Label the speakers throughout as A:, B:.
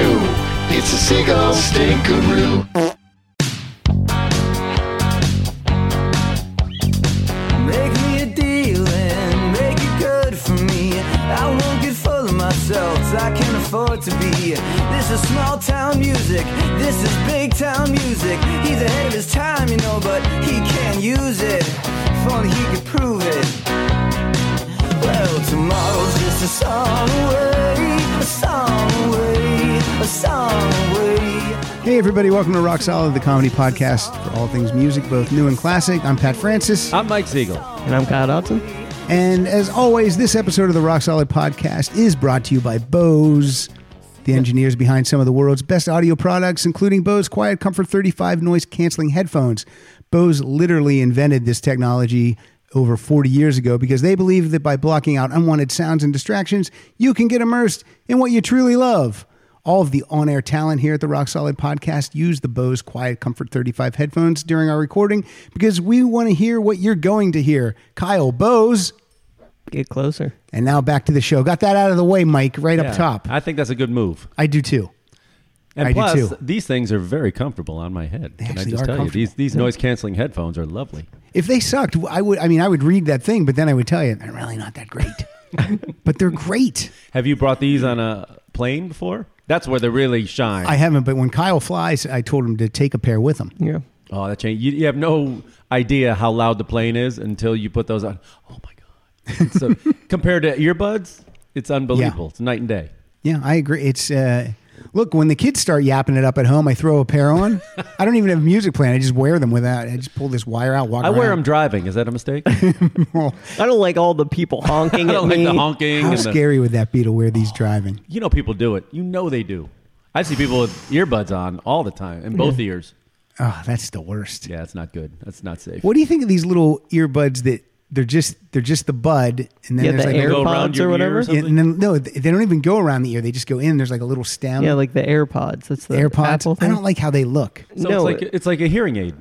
A: It's a seagull stinkaroo.
B: Make me a deal and make it good for me. I won't get full of myself, 'cause I can't afford to be. This is small town music, this is big town music. He's ahead of his time, you know, but he can't use it. If only he could prove it. Well, tomorrow's just a song away, a song away, a song away.
C: Hey, everybody, welcome to Rock Solid, the comedy podcast for all things music, both new and classic. I'm Pat Francis.
D: I'm Mike Siegel.
E: And I'm Kyle Dodson.
C: And as always, this episode of the Rock Solid podcast is brought to you by Bose, the engineers behind some of the world's best audio products, including Bose Quiet Comfort 35 noise canceling headphones. Bose literally invented this technology over 40 years ago because they believe that by blocking out unwanted sounds and distractions, you can get immersed in what you truly love. All of the on air talent here at the Rock Solid podcast use the Bose Quiet Comfort 35 headphones during our recording because we want to hear what you're going to hear. Kyle Bose.
E: Get closer.
C: And now back to the show. Got that out of the way, Mike, right
D: Yeah,
C: up top.
D: I think that's a good move.
C: I do too.
D: And
C: I do
D: plus,
C: too.
D: these things are very comfortable on my head. Can I
C: actually
D: just
C: are
D: tell you, these these noise canceling headphones are lovely.
C: If they sucked, I would. I mean, I would read that thing, but then I would tell you they're really not that great. but they're great.
D: Have you brought these on a plane before? That's where they really shine.
C: I haven't. But when Kyle flies, I told him to take a pair with him.
E: Yeah.
D: oh, that change. You, you have no idea how loud the plane is until you put those on. Oh my god! It's So compared to earbuds, it's unbelievable. It's night and day.
C: Yeah, I agree. It's uh, look when the kids start yapping it up at home, I throw a pair on. I don't even have music playing. I just wear them without. I just pull this wire out. Walk
D: I wear them
C: around.
D: driving. Is that a mistake?
E: I don't like all the people honking
D: I
E: at
D: don't like
E: me.
D: the honking.
C: How
D: and the-
C: scary would that be to wear these driving?
D: you know, people do it. You know they do. I see people with earbuds on all the time in both ears.
C: Oh, that's the worst.
D: Yeah, that's not good. That's not safe.
C: What do you think of these little earbuds that they're just they're just the bud and then
E: Yeah,
C: there's
E: the
C: like a
D: Go
C: little,
D: around
E: AirPods
D: your
E: or
D: ear
E: whatever.
D: or
C: yeah, and then no th- they don't even go around the ear they just go in there's like a little stem
E: Yeah, like the AirPods. That's the Apple
C: AirPods I
E: thing.
C: don't like how they look
D: So
E: no,
D: it's like it's like a hearing aid,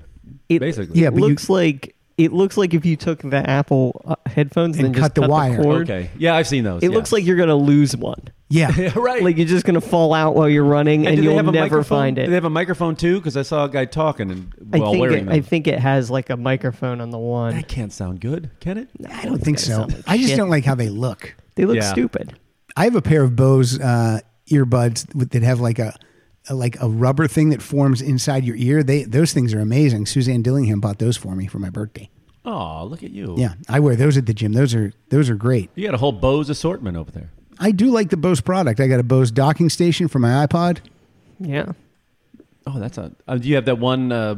E: it,
D: basically.
C: Yeah,
E: Yeah,
C: but you-
E: looks like it looks like if you took the Apple uh, headphones and,
C: And
E: then
C: cut
E: just
C: the wire.
E: cord,
D: Okay. Yeah, I've seen those.
E: It
D: yeah.
E: looks like you're gonna lose one.
C: yeah
D: yeah, right.
E: Like you're just gonna fall out while you're running, and,
D: do they
E: you'll
D: have a
E: never
D: microphone?
E: find
D: Do they
E: it.
D: have a microphone too? Because I saw a guy talking and
E: I
D: while
E: think
D: wearing
E: it,
D: them.
E: I think it has like a microphone on the one.
D: that can't sound good, can it?
C: I don't think so
E: sound like
C: I just
E: shit.
C: don't like how they look
E: They look
D: Yeah.
E: stupid.
C: I have a pair of Bose uh, earbuds with, that have like a, a like a rubber thing that forms inside your ear they those things are amazing Suzanne Dillingham bought those for me for my birthday
D: Oh, look at you.
C: yeah I wear those at the gym those are those are great
D: You got a whole Bose assortment over there.
C: I do like the Bose product I got a Bose docking station for my iPod
E: Yeah.
D: Oh, that's a. Uh, do you have that one? Uh,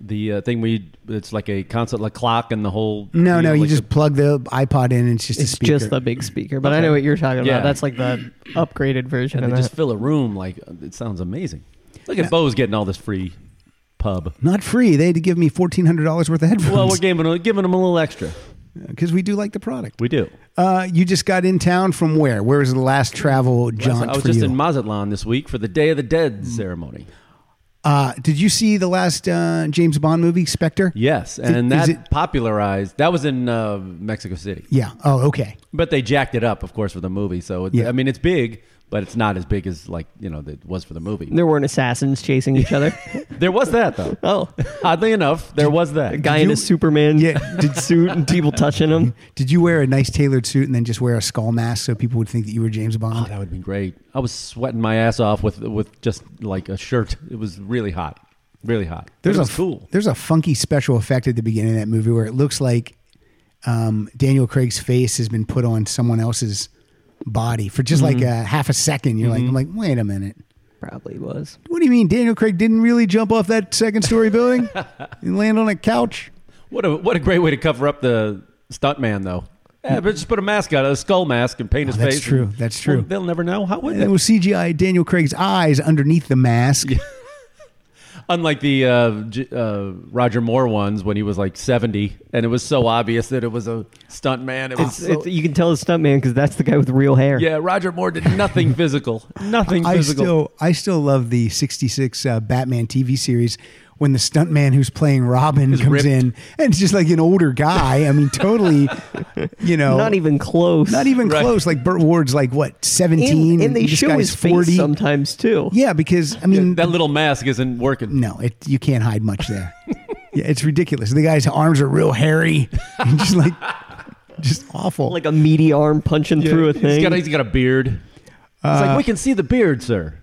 D: the uh, thing where you, it's like a concert, like clock, and the whole.
C: No,
D: you
C: no,
D: know,
C: you
D: like
C: just
D: the-
C: plug the iPod in and it's just a
E: It's
C: speaker.
E: just the big speaker, but I know what you're talking
D: Yeah.
E: about. That's like the upgraded
D: and
E: version of
D: they
E: that.
D: just fill a room. Like it sounds amazing. Look at Bose getting all this free pub.
C: Not free. They had to give me $1,400 worth of
D: Well, we're
C: headphones
D: giving them, giving them a little extra.
C: because we do like the product.
D: We do.
C: Uh, you just got in town from where? Where was the last travel jaunt
D: I was
C: for
D: just
C: you?
D: in Mazatlan this week for the Day of the Dead ceremony.
C: uh, did you see the last uh, James Bond movie, Spectre?
D: Yes, and
C: is
D: that
C: it-
D: popularized. That was in uh, Mexico City,
C: Yeah. Oh, okay.
D: but they jacked it up, of course, for the movie. So it,
C: Yeah.
D: I mean, it's big, but it's not as big as like you know it was for the movie.
E: There weren't assassins chasing each other.
D: There was that though.
E: oh,
D: Oddly enough, there was that.
E: a guy
C: Did
E: in
C: you-
E: a Superman
C: Yeah.
E: suit and people touching him.
C: Did you wear a nice tailored suit and then just wear a skull mask so people would think that you were James
D: Oh,
C: Bond?
D: that would have been great. I was sweating my ass off with with just like a shirt. It was really hot, really hot.
C: there's
D: it
C: a
D: was cool.
C: there's a funky special effect at the beginning of that movie where it looks like um, Daniel Craig's face has been put on someone else's body for just like
D: Mm-hmm.
C: a half a second. You're like, I'm like, wait a minute.
E: Probably was.
C: What do you mean Daniel Craig didn't really jump off that second story building and land on a couch?
D: What a what a great way to cover up the stuntman though. Oh, Yeah, but just put a mask on, a skull mask, and paint his
C: that's
D: face. and-
C: true. That's true.
D: Well, they'll never know. How would
C: And
D: they?
C: it was CGI Daniel Craig's eyes underneath the mask.
D: Unlike the uh, J- uh, Roger Moore ones when he was like 70, and it was so obvious that it was a stunt man. It was
E: It's,
D: so-
E: it's, you can tell a stuntman because that's the guy with real hair.
D: yeah, Roger Moore did nothing physical. Nothing
C: I
D: physical.
C: still I still love the 66 uh, Batman TV series when the stuntman who's playing Robin
D: Is
C: comes
D: ripped.
C: in and it's just like an older guy. I mean, totally, you know,
E: Not even close.
C: not even
D: Right.
C: close. Like Burt Ward's like what seventeen,
E: And, and they
C: this
E: show
C: guy's
E: his face sometimes too.
C: Yeah, because I mean,
D: that little mask isn't working.
C: no, it, you can't hide much there. yeah, it's ridiculous. The guy's arms are real hairy, and just like just awful.
E: Like a meaty arm punching through a thing.
D: He's got a, he's got a beard. it's
C: Uh,
D: like we can see the beard, sir.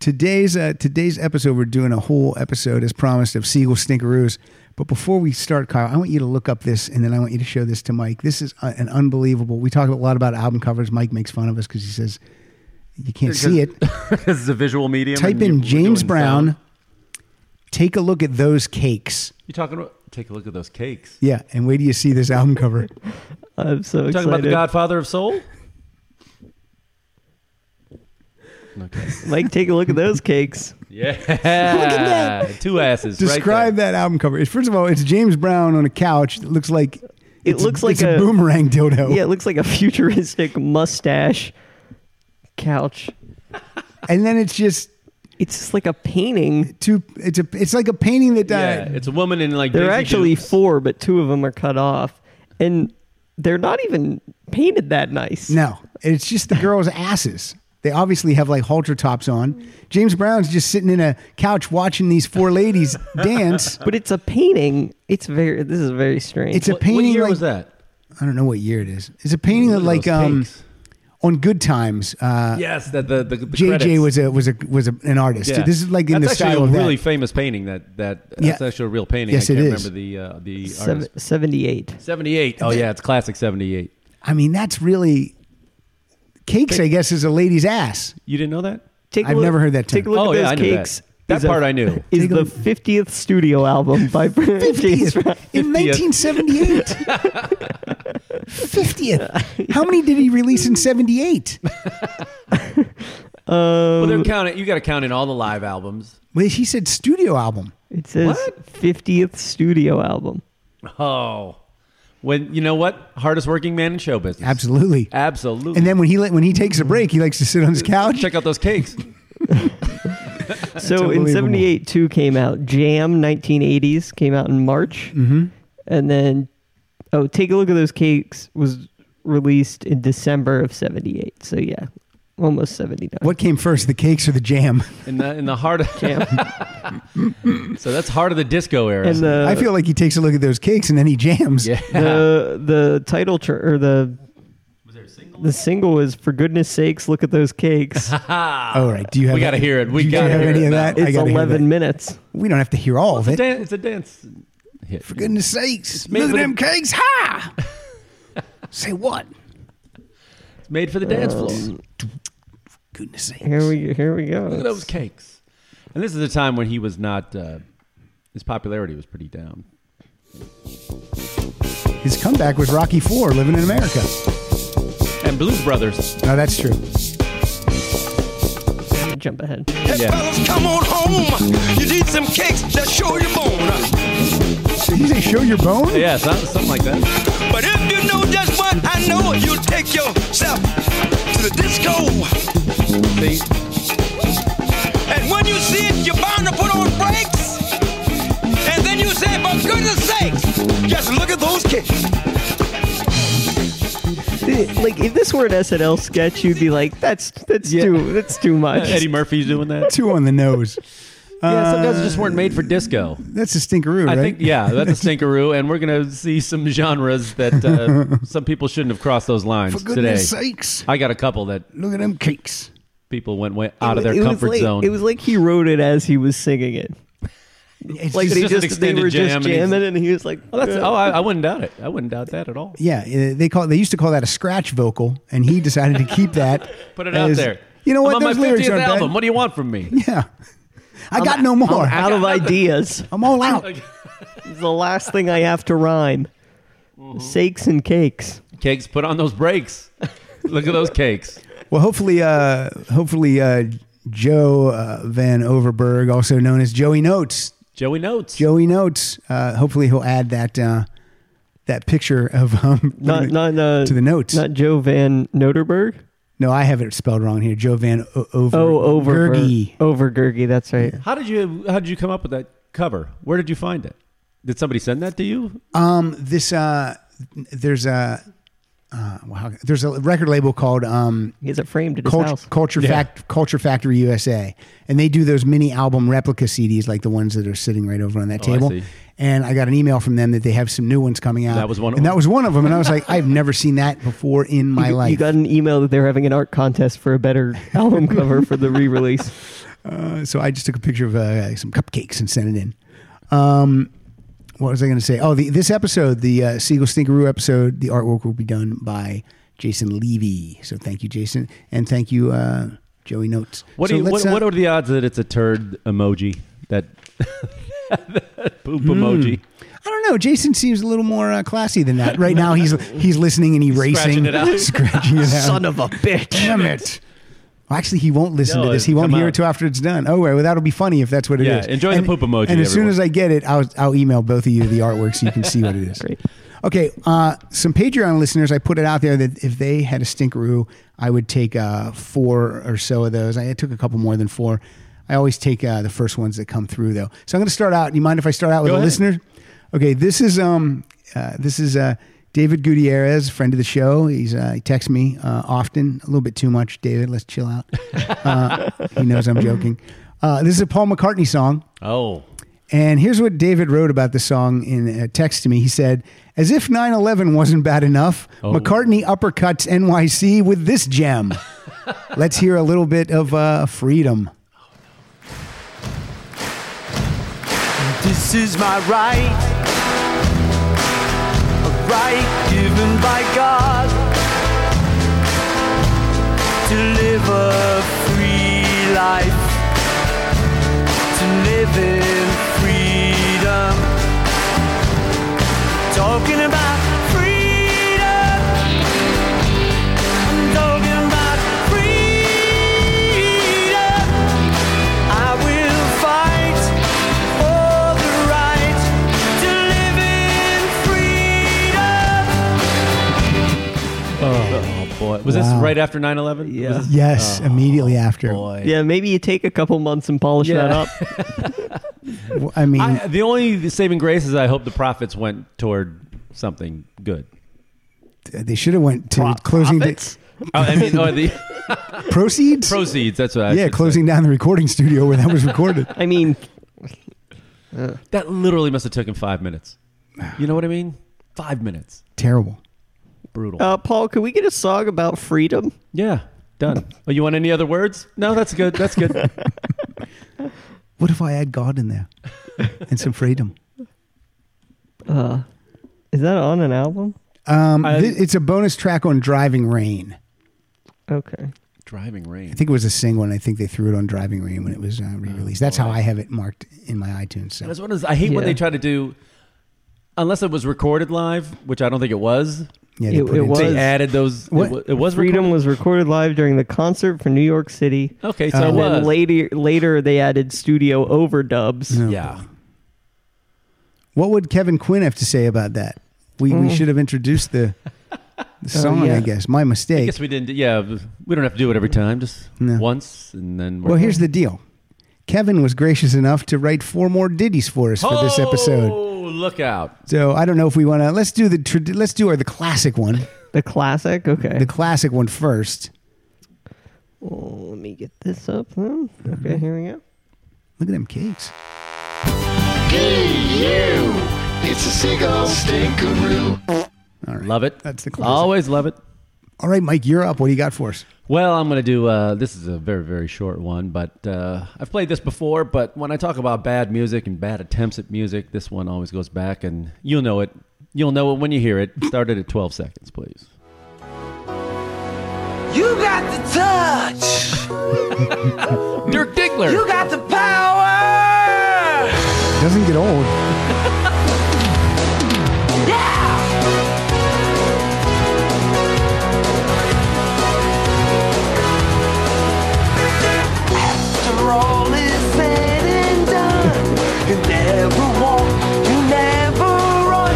C: today's uh, today's episode, we're doing a whole episode as promised of Seagull Stinkaroos. But before we start, Kyle, I want you to look up this, and then I want you to show this to Mike. This is uh, an unbelievable. We talk a lot about album covers. Mike makes fun of us because he says you can't see it.
D: this is a visual medium.
C: Type
D: and you-
C: in
D: we're
C: James
D: doing
C: Brown.
D: sound.
C: Take a look at those cakes.
D: You talking about? Take a look at those cakes.
C: Yeah, and wait till you see this album cover.
E: I'm so
D: You
E: excited.
D: talking about the Godfather of Soul? Okay.
E: Mike, take a look at those cakes.
D: Yeah. Look at that. Two asses. right
C: Describe
D: there.
C: that album cover. It's- First of all, it's James Brown on a couch. It looks like it's
E: looks
C: a,
E: like
C: it's a,
E: a-
C: boomerang dildo.
E: Yeah, it looks like a futuristic mustache couch.
C: And then it's just
E: It's just like a painting.
C: two. It's a. It's like a painting that uh, died.
D: Yeah, it's a woman in like.
E: There are
D: Daisy
E: actually
D: Dukes.
E: four, but two of them are cut off, and they're not even painted that nice.
C: No, it's just the girls' asses. They obviously have like halter tops on. James Brown's just sitting in a couch watching these four ladies dance.
E: But it's a painting. It's very. This is very strange.
C: It's a
D: What- What
C: painting
D: year
C: like-
D: was that?
C: I don't know what year it is. It's a painting
D: Look
C: that
D: at
C: like
D: those
C: um
D: cakes.
C: on Good Times. Uh,
D: yes, that the the, the
C: JJ
D: credits.
C: was a was a was a, an artist.
D: Yeah.
C: This is like in
D: that's
C: the style
D: actually
C: of
D: a
C: that.
D: really famous painting. That that
C: Yeah.
D: that's actually a real painting.
C: Yes,
D: I
C: it
D: can't
C: is.
D: remember the uh, the
E: Seven,
D: artist.
E: 78.
D: Seventy eight. Oh yeah, it's classic seventy eight.
C: I mean, that's really cakes. I guess is a lady's ass.
D: You didn't know that?
E: Take a
C: I've
E: look-
C: never heard that
E: Take a
C: term.
E: look
D: Oh,
E: at
D: yeah,
E: those
D: I knew that.
E: cakes.
D: That
E: is a-
D: part I knew.
E: Is
C: Take a
E: the
C: look.
E: fiftieth studio album by James Brown.
C: in 1978. 50th. How many did he release in 78?
D: Well, they're counting. You got to count in all the live albums.
C: Well, he said studio album.
E: It says fiftieth studio album.
D: Oh, when you know what hardest working man in show business.
C: Absolutely.
D: Absolutely.
C: And then when he let, when he takes
D: Mm-hmm.
C: a break, he likes to sit on his couch.
D: check out those cakes.
E: So in
C: unbelievable.
E: '78, two came out. Jam 1980s came out in March, mm-hmm. and then oh, take a look at those cakes was released in December of '78. So yeah, almost '79.
C: What came first, the cakes or the jam?
D: In the in the heart of
E: Jam
D: so that's heart of the disco era.
E: and the
C: I feel like he takes a look at those cakes and then he jams.
D: Uh, yeah.
E: the the title tr- or the the single is for goodness sakes look at those cakes
C: All right. Do you have?
D: We gotta hear it. We
C: do you
D: gotta
C: have
D: hear
C: any
D: it
C: of
D: now.
C: that? I
E: it's
C: gotta hear
E: 11
C: that.
E: minutes
C: We don't have to hear all of
D: It's a
C: it.
D: dan- it's a dance hit.
C: For goodness sakes!
D: made
C: Look at
D: for the-
C: them cakes! Ha! Say what?
D: It's made for the dance floor.
E: Uh,
D: Look
C: Goodness sakes!
E: here we here we go
D: at those cakes. And this is a time when he was not. Uh, his popularity was pretty down.
C: His comeback was Rocky Four, Living in America.
D: And Blues Brothers.
C: No, that's true.
E: jump ahead
F: Hey,
D: Yeah.
F: fellas, come on home. You need some cakes that show your bone.
C: Did he say show your bone?
D: Yeah, so- something like that.
F: But if you know just what I know, you'll take yourself to the disco.
D: See,
F: And when you see it, you're bound to put on brakes. And then you say, for goodness sakes, just look at those cakes.
E: like if this were an snl sketch you'd be like that's that's
D: Yeah.
E: too that's too much
D: Eddie Murphy's doing that.
C: Two on the nose.
E: Uh,
D: yeah, sometimes it just weren't made for disco.
C: That's a stinkeroo,
D: I
C: right?
D: think yeah, that's a stinkeroo, and we're gonna see some genres that uh, some people shouldn't have crossed those lines
C: For
D: today.
C: goodness sakes!
D: I got a couple that
C: Look at them cakes.
D: people went way out of
E: It
D: their
E: was
D: comfort
E: like-
D: zone.
E: it was like he wrote it as he was singing it
C: It's
E: like
C: just-
E: they
D: just an
E: just they
D: extended
E: were
D: jam and
E: just
D: he's-
E: jamming and he was like
D: oh, that's,
E: "Uh,
D: oh I, I wouldn't doubt it. I wouldn't doubt that at all.
C: Yeah, uh, they call they used to call that a scratch vocal, and he decided to keep that.
D: Put it out
C: as-
D: there.
C: You know what?
D: I'm on
C: Those
D: my
C: lyrics
D: 50th
C: aren't bad.
D: album. What do you want from me?
C: Yeah, I got no more.
E: out of ideas
C: I'm all out.
E: It's the last thing i have to rhyme
D: Mm-hmm.
E: sakes and cakes
D: Cakes, put on those brakes. Look at those cakes.
C: Well, hopefully, uh, hopefully, uh, Joe uh, Van Overberg, also known as Joey Notes,
D: Joey Notes.
C: Joey Notes. Uh, hopefully, he'll add that uh, that picture of um,
E: not not uh,
C: to the notes.
E: Not Joe Van Noterberg.
C: no, I have it spelled wrong here. Joe Van o- Over
E: Oh, over
C: Gergy.
E: over Gergy. That's right.
D: How did you how did you come up with that cover. Where did you find it? Did somebody send that to you?
C: Um, this uh, there's a uh, well, how- there's a record label called um,
E: He has it framed at his
C: Cult-
E: house.
C: Culture Fact Culture Factory USA, and they do those mini album replica CDs like the ones that are sitting right over on that
D: Oh, I
C: table.
D: see.
C: and I got an email from them that they have some new ones coming out.
D: That was one of
C: and
D: them?
C: that was one of them. And I was like, I've never seen that before in my
E: You-
C: life.
E: You got an email that they're having an art contest for a better album cover for the re-release.
C: Uh, so I just took a picture of uh, some cupcakes and sent it in. Um, what was I going to say? Oh, the, this episode, the uh, Siegel Stinkeroo episode, the artwork will be done by Jason Levy. So thank you, Jason, and thank you, uh, Joey Notes.
D: What,
C: so
D: do you,
C: let's,
D: what,
C: uh,
D: what are the odds that it's a turd emoji? That, that
C: Hmm.
D: poop emoji.
C: I don't know. Jason seems a little more uh, classy than that. Right now, he's he's listening and erasing,
D: Scratching it out.
C: scratching it out.
E: Son of a bitch.
C: Damn it. Well, actually, he won't listen
D: No,
C: to this.
D: it'll
C: He won't
D: come
C: hear
D: out.
C: it till after it's done. Oh, well, that'll be funny if that's what it is.
D: Yeah, enjoy the
C: And-
D: poop emoji,
C: And as soon
D: everyone.
C: as I get it, I'll, I'll email both of you the artwork so you can see what it is.
E: Great.
C: Okay, uh, some Patreon listeners, I put it out there that if they had a stinkeroo, I would take uh, four or so of those. I took a couple more than four. I always take uh, the first ones that come through, though. So I'm going to start out. You mind if I start out with
D: Go
C: a
D: ahead.
C: listener? Okay, this is um, uh, this is uh, David Gutierrez, friend of the show. He's uh, he texts me uh, often, a little bit too much. David, let's chill out. Uh, he knows I'm joking. Uh, this is a Paul McCartney song.
D: Oh,
C: And here's what David wrote about the song in a text to me. He said, As if 9 11 wasn't bad enough,
D: Oh.
C: McCartney uppercuts NYC with this gem. Let's hear a little bit of uh, freedom.
B: This is my right, a right given by God to live a free life, to live in freedom. Talking about freedom, I'm talking about freedom. I will fight for the right to live in freedom.
D: oh boy. Was this
C: Wow.
D: right after 9 11? Yeah.
C: Yes,
D: Oh,
C: immediately after.
E: Yeah, maybe you take a couple months and polish that
D: Yeah.
E: up.
C: W- I mean,
D: I, the only saving grace is I hope the profits went toward something good.
C: they should have went to closing da-
D: Oh, I mean, oh, the
C: proceeds.
D: proceeds. That's what I
C: yeah,
D: should say.
C: closing down the recording studio where that was recorded.
E: I mean,
D: That literally must have taken five minutes. You know what I mean? Five minutes.
C: Terrible.
D: Brutal.
E: uh, Paul, can we get a song about freedom?
D: yeah, done. Oh, you want any other words? No, that's good. That's good.
C: What if I add God in there and some freedom?
E: Is that on an album?
C: Um,
D: I-
C: thi- it's a bonus track on Driving Rain.
E: Okay.
D: Driving
C: I
D: rain.
C: think it was a single, and I think they threw it on Driving Rain when it was uh, re-released. That's how I have it marked in my iTunes. So.
D: That's what it is. I hate when
E: Yeah.
D: they try to do, unless it was recorded live, which I don't think it was.
C: Yeah, they
E: It-
C: put
E: it
C: in-
E: was-
D: They added those.
C: What?
D: It, wa- it was
E: Freedom was recorded live during the concert for New York City.
D: recorded?
C: uh,
D: Okay, so it
E: and
D: was.
E: then later, later they added studio overdubs.
C: No.
D: Yeah.
C: What would Kevin Quinn have to say about that? We we should have introduced the, the song.
E: Mm. Oh, yeah.
C: I guess my
D: I
C: mistake.
D: guess we didn't. do- Yeah, we don't have to do it every time. Just
C: No.
D: once, and then. We're
C: well, here's the deal. Kevin was gracious enough to write four more ditties for us for this episode.
D: Oh, look out!
C: So I don't know if we want to. Let's do the trad- let's do our the classic one.
E: The classic. Okay.
C: The classic one first.
E: Oh, let me get this up. Then.
C: Mm-hmm.
E: Okay, here we go.
C: Look at them cakes.
A: you. It's a seagull stinkeroo.
D: Love it.
C: That's the classic.
D: Always love it.
C: All right, Mike, you're up. What do you got for us?
D: Well, I'm going to do. Uh, this is a very, very short one, but uh, I've played this before. But when I talk about bad music and bad attempts at music, this one always goes back, and you'll know it. You'll know it when you hear it. Start it at 12 seconds, please.
B: You got the touch.
D: Dirk Diggler.
B: You got the power.
C: Doesn't get old.
B: Yeah. After all is said and done, you never walk, you never run.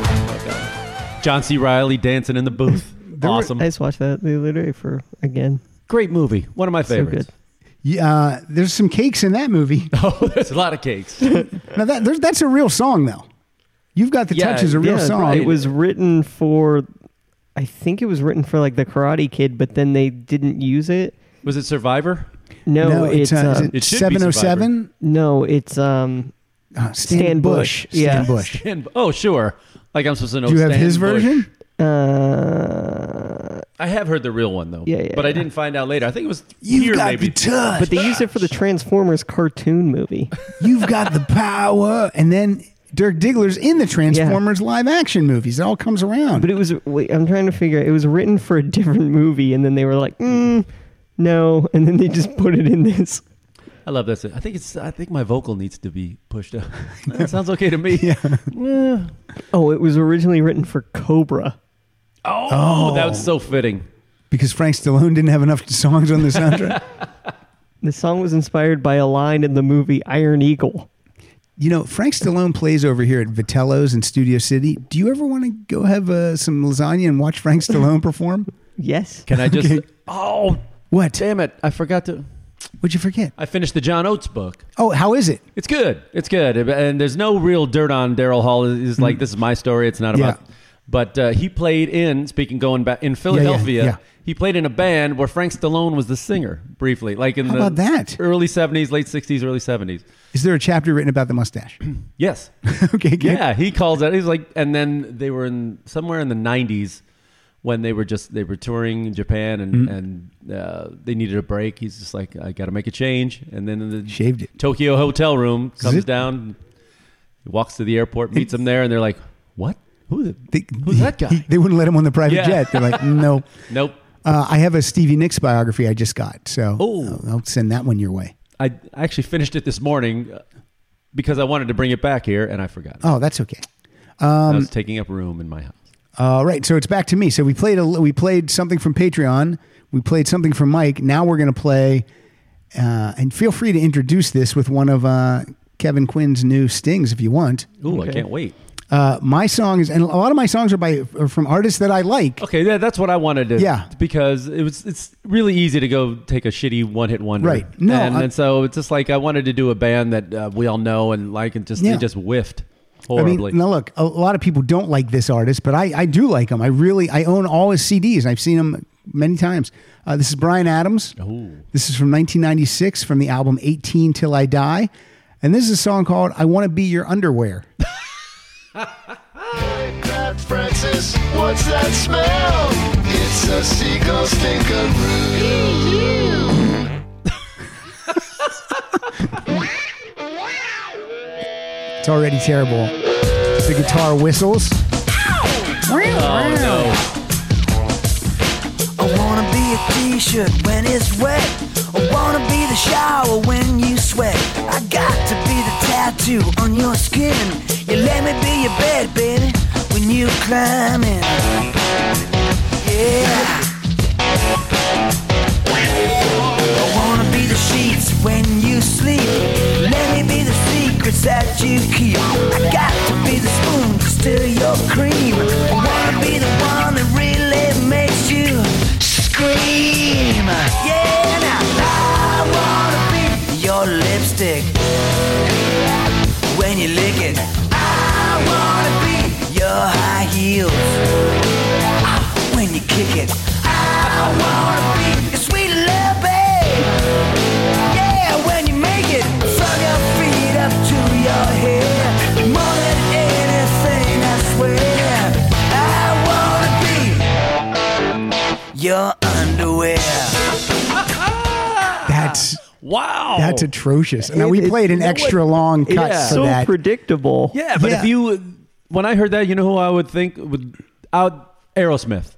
B: You're a winner.
D: John C. Riley dancing in the booth. awesome.
E: I just watched that the other day for again.
D: Great movie. One of my
E: So
D: favorites.
E: good.
C: Yeah, uh, there's some cakes in that movie.
D: Oh, there's a lot of cakes.
C: Now that there's, that's a real song though. You've got the
D: Yeah,
C: touch is a real
D: yeah,
C: song.
D: right.
E: It was written for, I think it was written for like the Karate Kid, but then they didn't use it.
D: Was it Survivor?
E: No,
C: No,
E: it's,
C: it's, uh,
E: um,
C: is it
D: It should be
C: 707.
E: no, it's um.
C: Uh,
E: Stan Bush.
C: Stan
E: Yeah.
C: Bush.
D: And, oh, sure. Like I'm supposed to know.
C: Do you have
D: Stan
C: his
D: Bush.
C: version?
E: Uh,
D: I have heard the real one though.
E: Yeah, yeah,
D: But I
E: yeah.
D: didn't find out later. I think it was
C: You've
D: here
C: got
D: maybe.
C: the touch.
E: but they used it for the Transformers cartoon movie.
C: You've got the power. And then Dirk Diggler's in the Transformers live action movies. It all comes around.
E: But it was wait, I'm trying to figure it was written for a different movie and then they were like, mm, no, and then they just put it in this.
D: I love that. I think it's. I think my vocal needs to be pushed up. that sounds okay to me. Yeah.
E: Oh, it was originally written for Cobra.
D: Oh, that was so fitting.
C: because Frank Stallone didn't have enough songs on the soundtrack.
E: The song was inspired by a line in the movie Iron Eagle.
C: you know, Frank Stallone plays over here at Vitello's in Studio City. Do you ever want to go have uh, some lasagna and watch Frank Stallone perform?
E: Yes.
D: Can I just?
C: Okay.
D: Oh,
C: What?
D: damn it! I forgot to.
C: What'd you forget?
D: I finished the John Oates book.
C: Oh, how is it?
D: It's good. It's good. And there's no real dirt on Daryl Hall. Is like this is my story. It's not about.
C: Mm. Yeah.
D: But uh, he played in speaking going back in Philadelphia.
C: yeah.
D: He played in a band where Frank Stallone was the singer briefly, like in
C: How
D: the
C: about that?
D: early '70s, late '60s, early '70s.
C: Is there a chapter written about the mustache?
D: Yes.
C: okay, good.
D: Yeah, he calls it. He's like, and then they were in somewhere in the '90s when they were just they were touring in Japan and
C: Mm-hmm.
D: and uh, they needed a break. He's just like, I got to make a change. And then in the
C: Shaved it.
D: Tokyo hotel room comes
C: Zip.
D: down, he walks to the airport, meets him there, and they're like, "What? Who the?
C: They-
D: who's that guy?"
C: They wouldn't let him on the private
D: Yeah.
C: jet. They're like, no.
D: nope.
C: Uh, I have a Stevie Nicks biography I just got, so
D: Oh.
C: I'll, I'll send that one your way.
D: I I actually finished it this morning uh, because I wanted to bring it back here, and I forgot.
C: Oh, that's okay.
D: I
C: Um,
D: was taking up room in my house.
C: All right, so it's back to me. So we played a, we played something from Patreon. We played something from Mike. Now we're going to play, uh, and feel free to introduce this with one of uh, Kevin Quinn's new stings if you want.
D: Ooh, I
E: Okay.
D: can't wait.
C: Uh, my songs, and a lot of my songs are by are from artists that I like.
D: Okay, yeah, that's what I wanted to.
C: Yeah.
D: because it was it's really easy to go take a shitty one hit wonder.
C: Right. No,
D: and,
C: I-
D: and so it's just like I wanted to do a band that uh, we all know and like, and just
C: Yeah.
D: they just whiffed
C: I mean,
D: horribly.
C: now look, a lot of people don't like this artist, but I, I do like him. I really, I own all his CDs. and I've seen him many times. Uh, this is Brian Adams.
D: Ooh.
C: This is from 1996 from the album 18 Till I Die. And this is a song called I Want to Be Your Underwear.
A: Pat Francis, what's that smell? It's a seagull stinkeroo.
C: It's already terrible. The guitar whistles.
D: oh no!
B: I wanna be a t-shirt when it's wet. I wanna be the shower when you sweat. I got to be the tattoo on your skin. You let me be your bed, baby, when you climb in. Yeah. I wanna be the sheets when you sleep. Let me be the secrets that you keep. I got to be the spoon to steal your cream. I wanna be the one that really makes you scream. Yeah, now I wanna be your lipstick when you lick it. I wanna be your high heels when you kick it. I wanna be your sweet love, babe. Yeah, when you make it from your feet up to your head. More than anything, I swear. I wanna be your underwear.
C: That's
D: Wow,
C: that's atrocious. Now we
E: It- it-
C: played an
E: you know
C: extra
E: what?
C: long cut
D: Yeah.
C: for
E: so
C: that.
E: predictable.
D: yeah. But
C: Yeah.
D: if you, when I heard that, you know who I would think would out Aerosmith,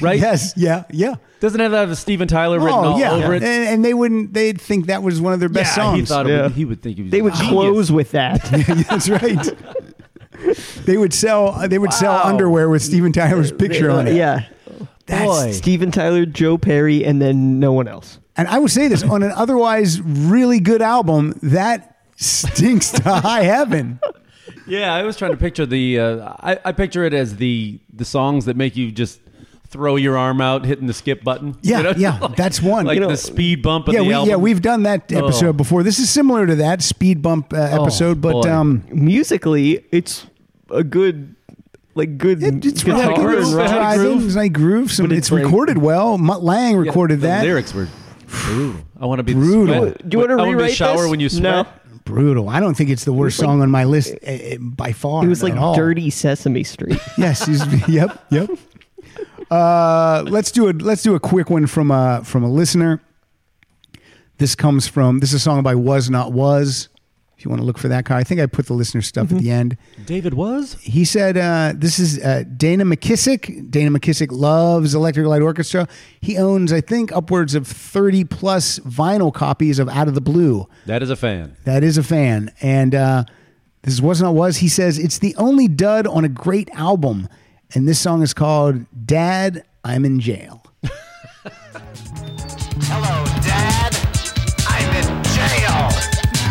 D: right?
C: yes, yeah, yeah. Oh,
D: Doesn't it have a Steven Tyler written all
C: yeah,
D: over it?
C: and, and they wouldn't. They'd think that was one of their best
D: yeah,
C: songs.
D: he thought it
E: Yeah.
D: would, he would think he was
E: They would
D: genius.
E: close with that.
C: That's right. they would sell. uh, They would sell
D: Wow.
C: underwear with Steven Tyler's picture on it.
E: yeah.
D: Boy.
E: Steven Tyler, Joe Perry, and then no one else.
C: And I would say this on an otherwise really good album that stinks to high heaven.
D: Yeah, I was trying to picture the. Uh, I, I picture it as the the songs that make you just throw your arm out, hitting the skip button.
C: Yeah, yeah,
D: Like-
C: that's one.
D: Like
C: You
E: know,
D: the speed bump of
C: yeah,
D: the
C: we,
D: album.
C: yeah, we've done that episode
D: Oh.
C: before. This is similar to that speed bump uh, episode, but
D: boy.
C: um,
E: musically, it's a good, like good
C: it, it's
E: guitar
C: rock, it's
E: and rock
C: driving,
E: groove.
C: it's nice groove. Some,
E: But
C: it's
E: it's like-
C: recorded well. Mutt Lang
D: Yeah,
C: recorded
D: the
C: that.
D: lyrics were brutal. I want to be
C: Brutal.
D: The sweat.
E: Do you want to
D: I wanna be
E: rewrite
D: shower
E: this?
D: when you sweat.
E: No,
C: Brutal. I don't think it's the worst
E: like-
C: song on my list uh, uh, by far.
E: it was like
C: at all.
E: Dirty Sesame Street.
C: Yes. he's- yep. Yep. Uh, let's do a let's do a quick one from a from a listener. This comes from this is a song by Was Not Was. If you want to look for that guy, I think I put the listener stuff at the end.
D: David was.
C: He said uh, this is uh, Dana McKissick. Dana McKissick loves Electric Light Orchestra. He owns, I think, upwards of thirty plus vinyl copies of Out of the Blue.
D: That is a fan.
C: That is a fan. And uh, this is Was Not Was. He says, It's the only dud on a great album. And this song is called Dad, I'm in Jail.
A: Hello, Dad. I'm in jail.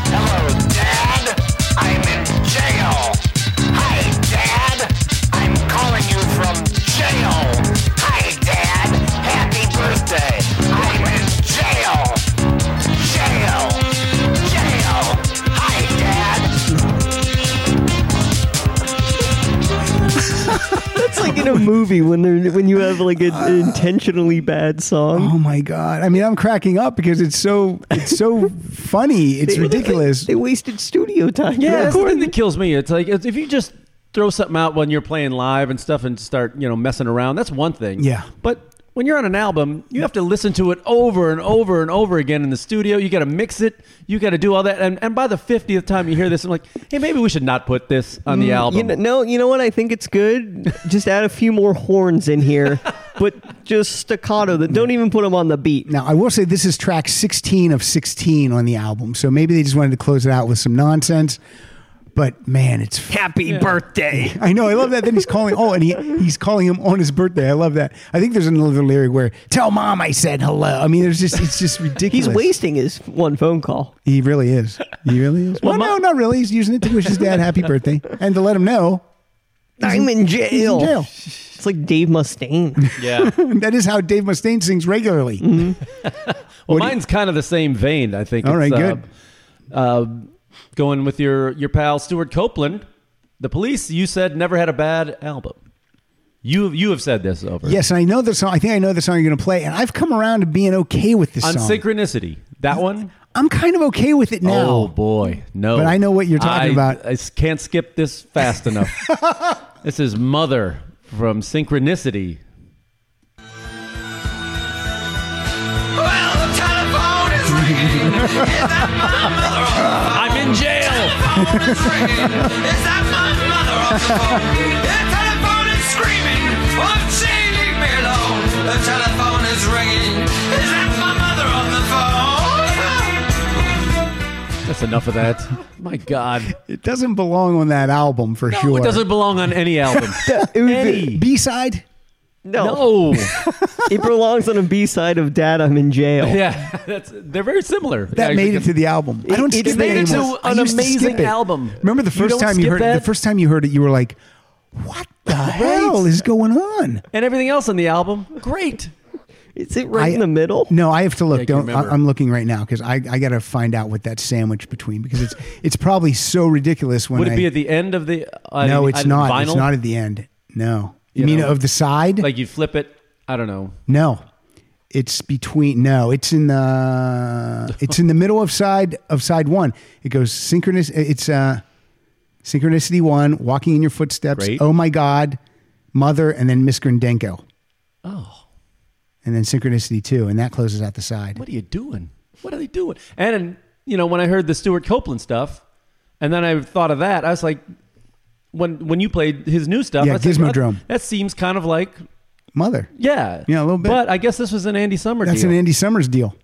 A: Hello, Dad. I'm in jail. Hi, Dad. I'm calling you from jail. Hi, Dad. Happy birthday. I'm in jail. Jail. Jail. Hi, Dad.
E: It's like in a movie when they're when you have like an intentionally bad song.
C: Oh my God. I mean, I'm cracking up because it's so it's so funny. It's ridiculous.
E: They wasted studio time.
D: Yeah, that's the
E: recording
D: thing that kills me. It's like it's- if you just throw something out when you're playing live and stuff and start you know messing around. That's one thing.
C: Yeah.
D: but. When you're on an album, you have to listen to it over and over and over again in the studio. You got to mix it. You got to do all that. And, and by the 50th time you hear this, I'm like, hey, maybe we should not put this on
C: Mm,
D: the album.
E: You know, no, you know what? I think it's good. Just add a few more horns in here, but just staccato. That don't even put them on the beat.
C: Now, I will say this is track 16 of 16 on the album. So maybe they just wanted to close it out with some nonsense. But man, it's
E: Happy birthday!
C: I know. I love that. Then he's calling. Oh, and he he's calling him on his birthday. I love that. I think there's another lyric where "Tell mom I said hello." I mean, there's just it's just ridiculous.
E: He's wasting his one phone call.
C: He really is. He really is. Well, no, not really. He's using it to wish his dad happy birthday and to let him know
E: I'm in jail.
C: he's
D: Oh.
C: in jail.
E: It's like Dave Mustaine.
D: yeah.
C: That is how Dave Mustaine sings regularly.
D: Mm-hmm. Well, mine's kind of the same vein. I think.
C: All
D: It's,
C: right,
D: uh,
C: good.
D: Uh, going with your your pal Stuart Copeland, the police. You said never had a bad album. You you have said this over.
C: Yes, and I know the song. I think I know the song you're going to play. And I've come around to being okay with this
D: On
C: song.
D: synchronicity, that one.
C: I'm kind of okay with it now.
D: Oh boy, no.
C: But I know what you're talking
D: I-
C: about.
D: I s- can't skip this fast enough. this is Mother from Synchronicity.
A: Well, the telephone is ringing. Is that my mother on the phone?
D: I'm in jail.
A: telephone is ringing. Is that my mother on the phone? The telephone is screaming. Won't she leave me alone? The telephone is ringing. Is that my mother on the phone?
D: That's enough of that. My God,
C: It doesn't belong on that album for sure.
D: it doesn't belong on any album.
E: It was-
D: any.
C: B side.
E: no,
D: no.
E: it belongs on a B side of Dad. I'm in jail.
D: Yeah, that's they're very similar.
C: that
D: Yeah,
C: made it to the album. I don't
E: it
C: skip it
E: made it to
C: anymore. I
D: an
C: used to skip
D: amazing
C: it.
D: album.
C: Remember the
D: You
C: first
D: don't
C: time you
D: skip
C: heard it,
D: that?
C: the first time you heard it, you were like, "What the hell is going on?"
D: and everything else on the album, great.
E: Is it right
C: I-
E: in the middle?
C: No, I have to look.
D: I can
C: don't. I,
D: remember.
C: I'm looking right now because I, I got to find out what that sandwich between because it's it's probably so ridiculous when
D: Would it
C: I,
D: be at the end of the? Uh,
C: no,
D: the-
C: it's
D: uh,
C: not.
D: Vinyl?
C: It's not at the end. No, you,
D: You
C: mean
D: know,
C: of the side?
D: like you flip it. I don't know.
C: no, it's between. No, it's in the it's in the middle of side of side one. It goes synchronous. It's uh synchronicity one, walking in your footsteps.
D: Great.
C: Oh my God, mother, and then Miss Grindenko.
D: Oh,
C: and then synchronicity two, and that closes out the side.
D: what are you doing? What are they doing? And you know, when I heard the Stuart Copeland stuff, and then I thought of that, I was like, when when you played his new stuff,
C: Yeah,
D: I was like,
C: Gizmodrome.
D: That, that seems kind of like
C: Mother.
D: yeah,
C: Yeah, a little bit.
D: But I guess this was an Andy Summer
C: That's
D: deal,
C: an Andy Summers deal.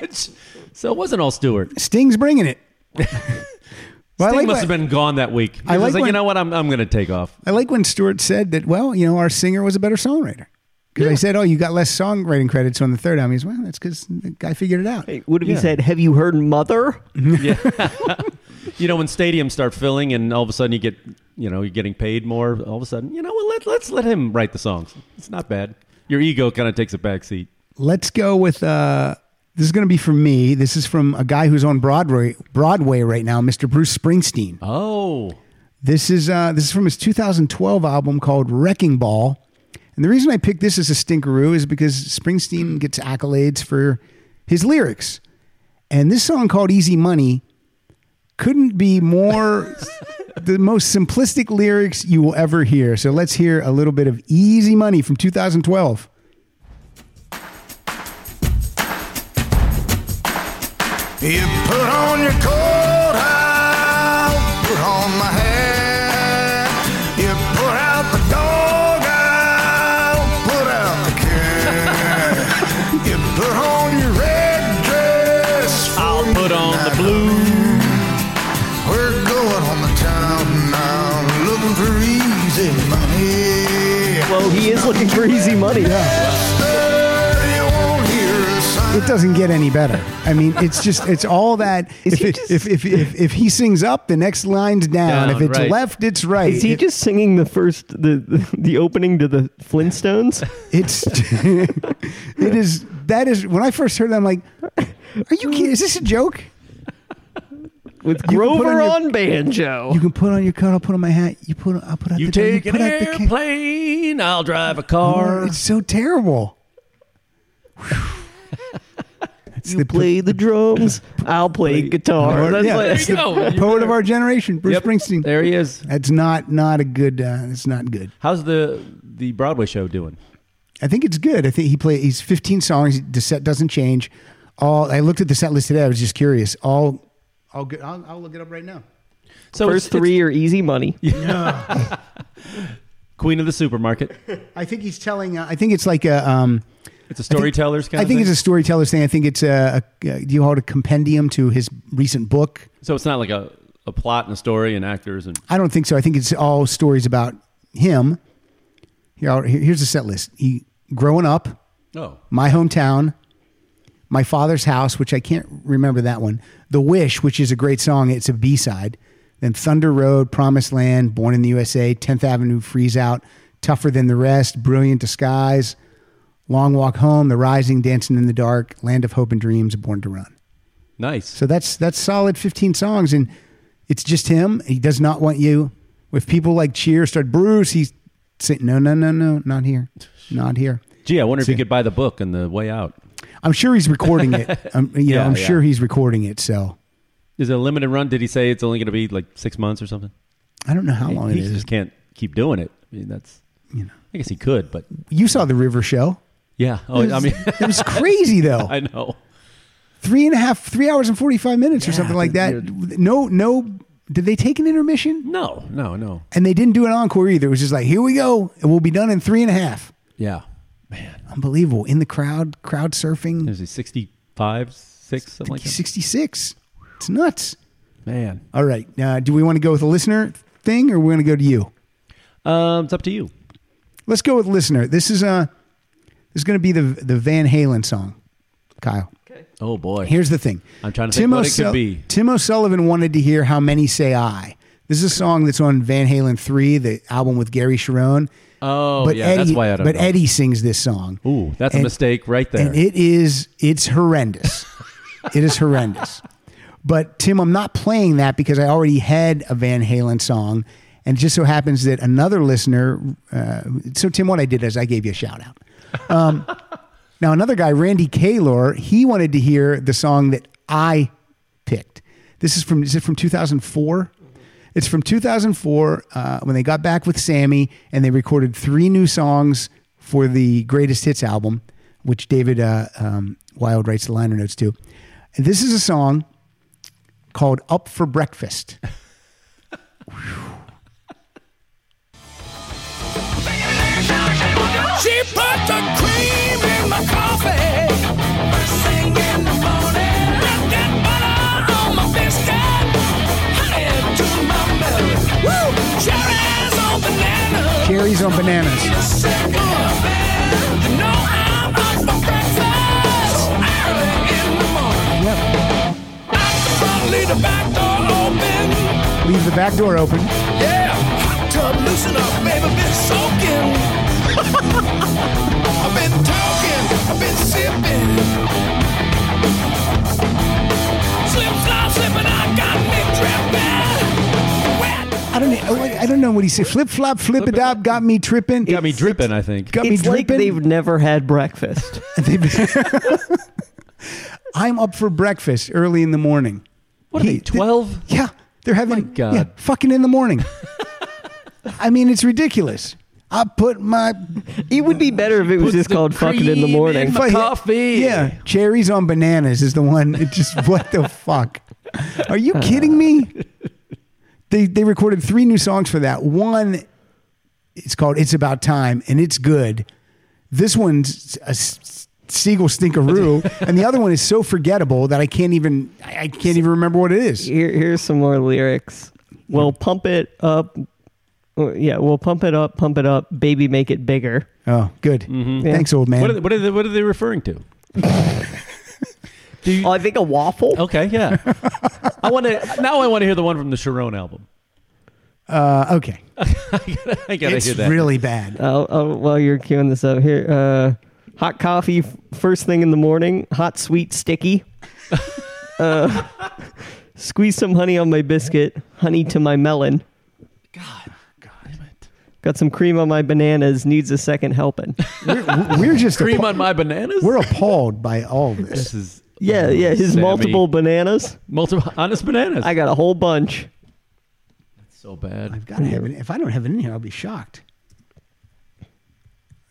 D: which, so it wasn't all Stuart.
C: Sting's bringing it. well,
D: Sting
C: I like
D: must
C: what-
D: have been gone that week.
C: I
D: He was
C: like
D: you
C: when-
D: know what? I'm I'm gonna take off.
C: I like when Stewart said that. Well, you know, our singer was a better songwriter because I said, "Oh, you got less songwriting credits on the third album." He's well, that's because the guy figured it out.
E: What if
D: Yeah.
E: he said, "Have you heard Mother"?
D: you know when stadiums start filling and all of a sudden you get you know you're getting paid more all of a sudden you know well, let, let's let him write the songs it's not bad your ego kind of takes a back seat.
C: Let's go with uh, this is going to be from me. This is from a guy who's on Broadway Broadway right now, Mr. Bruce Springsteen.
D: Oh,
C: This is uh, this is from his 2012 album called Wrecking Ball, and the reason I picked this as a stinkeroo is because Springsteen gets accolades for his lyrics, and this song called Easy Money couldn't be more the most simplistic lyrics you will ever hear. So let's hear a little bit of Easy Money from 2012.
G: You put on your coat, I'll put on my hat. You put out the dog, I'll put out the cat. you put on your red dress, for
D: I'll put on the
G: midnight.
D: blue.
G: We're going on the town now, looking for easy money.
E: Well, he is looking for easy money.
G: Sir, you won't hear a sign.
C: It doesn't get any better. I mean, it's just it's all that.
E: Is
C: If,
E: he
C: it-
E: just-
C: if, if, if if he sings up, the next line's down.
D: Down,
C: if it's
D: right.
C: left, it's right.
E: Is he
C: It-
E: just singing the first the the opening to the Flintstones?
C: It's it is that is when I first heard that I'm like, are you kidding? Is this a joke?
E: with
C: You can put
E: Grover on,
C: on
E: banjo.
C: You can put on your coat. I'll put on my hat. You put. I'll put out
D: You
C: the. dog,
D: take
C: you
D: an
C: put out the cat.
D: airplane. I'll drive a car.
C: It's so terrible. It's the po-
E: play the drums. I'll play guitar. That's
C: yeah,
E: like-
C: it's the
D: go.
C: poet of our generation, Bruce Springsteen.
D: There he is.
C: That's not not a good. Uh, it's not good.
D: How's the the Broadway show doing?
C: I think it's good. I think he play. He's 15 songs. The set doesn't change. All I looked at the set list today. I was just curious. All, all good. I'll, I'll look it up right now.
D: So it's-
E: First
D: it's
E: three are easy money.
D: Queen of the Supermarket.
C: I think he's telling. Uh, I think it's like a. Um,
D: It's a storyteller's kind
C: I
D: of
C: think
D: thing.
C: it's a storyteller's thing. I think it's a, a, a do you call it a compendium to his recent book?
D: so it's not like a, a plot and a story and actors and
C: I don't think so. I think it's all stories about him. Here, I'll- here- here's the set list. He growing up,
D: oh
C: my hometown, my father's house, which I can't remember that one. The Wish, which is a great song. It's a B side. Then Thunder Road, Promised Land, Born in the USA, 10th Avenue, Freeze Out, Tougher Than the Rest, Brilliant Disguise, Long Walk Home, The Rising, Dancing in the Dark, Land of Hope and Dreams, Born to Run.
D: nice.
C: So that's that's solid 15 songs, and it's just him. He does not want you. If people like cheer, start Bruce, he's saying, no, no, no, no, not here, not here.
D: Gee, I wonder if
C: See.
D: you could buy the book on the way out.
C: I'm sure he's recording it. I'm, you know,
D: Yeah,
C: I'm
D: yeah.
C: sure he's recording it. So
D: Is it a limited run? Did he say it's only going to be like six months or something?
C: I don't know how long
D: he
C: it is.
D: just can't keep doing it. I mean, that's you know. I guess he could, but
C: You saw the River Show.
D: yeah. Oh, I mean,
C: It was crazy though.
D: I know.
C: Three and a half, three hours and 45 minutes or
D: Yeah,
C: something like that.
D: but
C: No, no. Did they take an intermission?
D: No, no, no.
C: And they didn't do an encore either. It was just like, here we go. and we'll be done in three and a half.
D: Yeah.
C: Unbelievable. In the crowd, crowd surfing.
D: Is he sixty-five, six, something like that?
C: 66. It's nuts.
D: Man,
C: All right. Uh, do we want to go with a listener thing or we're going to go to you?
D: um, it's up to you.
C: Let's go with listener. This is uh this is going to be the the Van Halen song. Kyle.
D: Oh boy.
C: Here's the thing.
D: I'm trying to think what it could
C: O'Sul-
D: be.
C: Tim O'Sullivan wanted to hear how many say I. This is a song that's on Van Halen 3, the album with Gary Sharon.
D: Oh, yeah,
C: Eddie,
D: that's why I don't
C: But
D: know.
C: Eddie sings this song.
D: Ooh, that's a
C: And-
D: mistake right there.
C: And it is it's horrendous. it is horrendous. But Tim, I'm not playing that because I already had a Van Halen song, and it just so happens that another listener. Uh, so Tim, what I did is I gave you a shout out. Um, now another guy, Randy Kaylor, he wanted to hear the song that I picked. This is from is it from 2004? It's from 2004 uh, when they got back with Sammy and they recorded three new songs for the Greatest Hits album, which David uh, um, Wild writes the liner notes to. And this is a song called Up for Breakfast.
A: She put the cream in my coffee. First thing in the morning. Broke that butter on my biscuit. Honey to my belly. Woo! Cherries on bananas.
C: Cherries on Bananas.
A: The sick of it. You know I'm up for breakfast. Early in the morning.
C: Yep.
A: Out the front, leave the back door open.
C: Leave the back door open.
A: Yeah. Hot tub, loosen up, baby. Been soaking.
F: I've been talking, I've been sipping. Slip, slide, slipping, I got me tripping. Wet.
C: I don't know. like, I don't know what he said. Flip flop, flip it up. Got me tripping.
D: Got me dripping, I think.
C: Got
E: It's
C: me
E: like
C: dripping.
E: they've never had breakfast.
C: I'm up for breakfast early in the morning.
D: What are
C: He-
D: they, 12?
C: Yeah, they're having
D: My God.
C: yeah, fucking in the morning. I mean, it's ridiculous. I put my
E: It would be better if it was
D: Put
E: just
D: the
E: called fucking in the
D: cream
E: morning.
D: in my- Coffee.
C: Yeah, cherries on bananas is the one. It just what the fuck? Are you kidding me? They they recorded three new songs for that. One, it's called "It's About Time" and it's good. This one's a s- seagull stinkeroo, and the other one is so forgettable that I can't even I I can't even remember what it is.
E: Here, here's some more lyrics. We'll pump it up. uh, Yeah, we'll pump it up, pump it up, baby, make it bigger.
C: Oh, good. Thanks, old man.
D: Mm-hmm. What are, they, what, are they, what are they referring to?
E: Oh, I think a waffle.
D: Okay, yeah. I want to now. I want to hear the one from the Sharon album.
C: Uh, okay,
D: I gotta
C: it's
D: hear that.
C: really bad.
E: Oh, oh, while you're queuing this up here, uh, hot coffee f- first thing in the morning, hot sweet sticky. uh, squeeze some honey on my biscuit, honey to my melon. Got some cream on my bananas, needs a second helping.
C: We're, we're just
D: cream
C: appa-
D: on my bananas.
C: we're appalled by all of this.
D: this is
E: Yeah, yeah, his
D: Sammy.
E: multiple bananas.
D: multiple honest bananas.
E: I got a whole bunch.
D: so bad.
C: I've got to have it. If I don't have it in here, I'll be shocked. I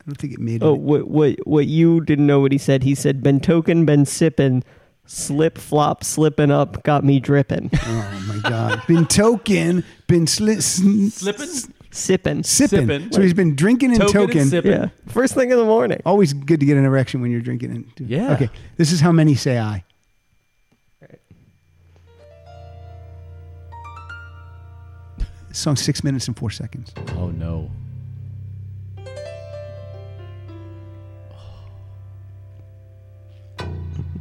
C: don't think it made.
E: Oh,
C: it.
E: what, what, what you didn't know what he said. He said, been token, been sippin', slip, flop, slippin' up, got me drippin'.
C: Oh my god! been token, been sli- sn-
D: Slipping,
E: sippin'.
C: sipping.
D: sipping.
C: So he's been drinking and
D: token,
C: token.
D: and sipping.
E: Yeah, first thing in the morning.
C: Always good to get an erection when you're drinking and.
D: Yeah.
C: Okay. This is how many say I. This song's six minutes and four seconds.
D: Oh no.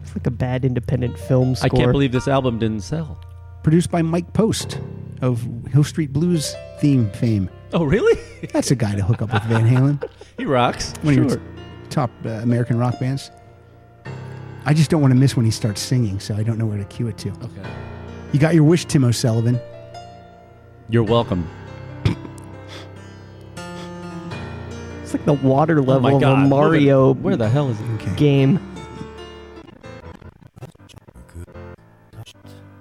E: It's like a bad independent film score.
D: I can't believe this album didn't sell.
C: Produced by Mike Post of Hill Street Blues theme fame.
D: Oh really?
C: That's a guy to hook up with Van Halen.
D: he rocks.
C: one
D: sure.
C: of your top uh, American rock bands. I just don't want to miss when he starts singing, so I don't know where to cue it to.
D: okay.
C: You got your wish, Tim O'Sullivan.
D: You're welcome.
E: It's like the water
D: Oh
E: level
D: my
E: of
D: God.
E: a
D: Where
E: Mario
D: the, where the hell is it?
E: game.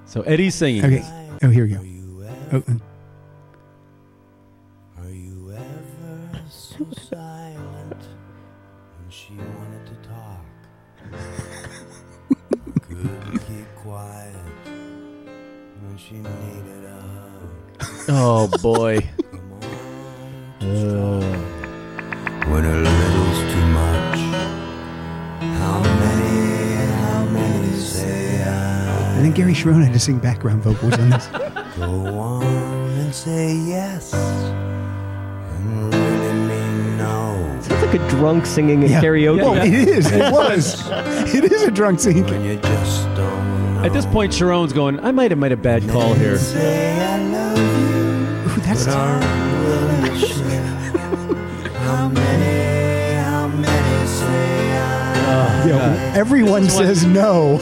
D: So Eddie's singing.
C: Okay. Oh, here we go. Oh, uh,
H: Are you ever so silent when she wanted to talk? Couldn't keep quiet when she needed a hug.
D: Oh boy.
H: Come on, just talk. When a little's too much. How many, how many say I
C: I think Gary Sharon had to sing background vocals on this.
H: go on and say yes and really mean no?
E: Sounds like a drunk singing a
C: Yeah.
E: karaoke.
C: Well, it is. It was. It is a drunk singing.
H: When you just don't know.
D: At this point, Sharon's going. I might have made a bad call here.
H: Say I love you,
C: Ooh, that's.
H: but aren't willing to share. How many, how many say I
C: Yeah, everyone
D: This one-
C: says no.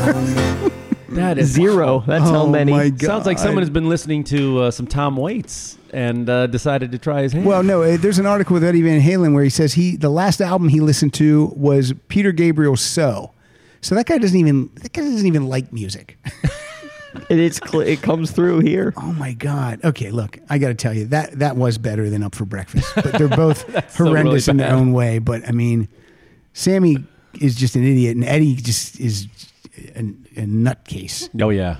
D: That is
E: Zero. That's how
C: Oh
E: many.
C: my God.
D: Sounds like someone has been listening to uh, some Tom Waits and uh, decided to try his hand.
C: Well, no, uh, there's an article with Eddie Van Halen where he says he the last album he listened to was Peter Gabriel's So. So that guy doesn't even that guy doesn't even like music.
E: And it's cl- it comes through here.
C: Oh my God. Okay, look, I got to tell you that that was better than Up for Breakfast, but they're both
D: still
C: horrendous
D: really
C: in their
D: bad.
C: own way. But I mean, Sammy is just an idiot, and Eddie just is a, a nutcase.
D: oh yeah.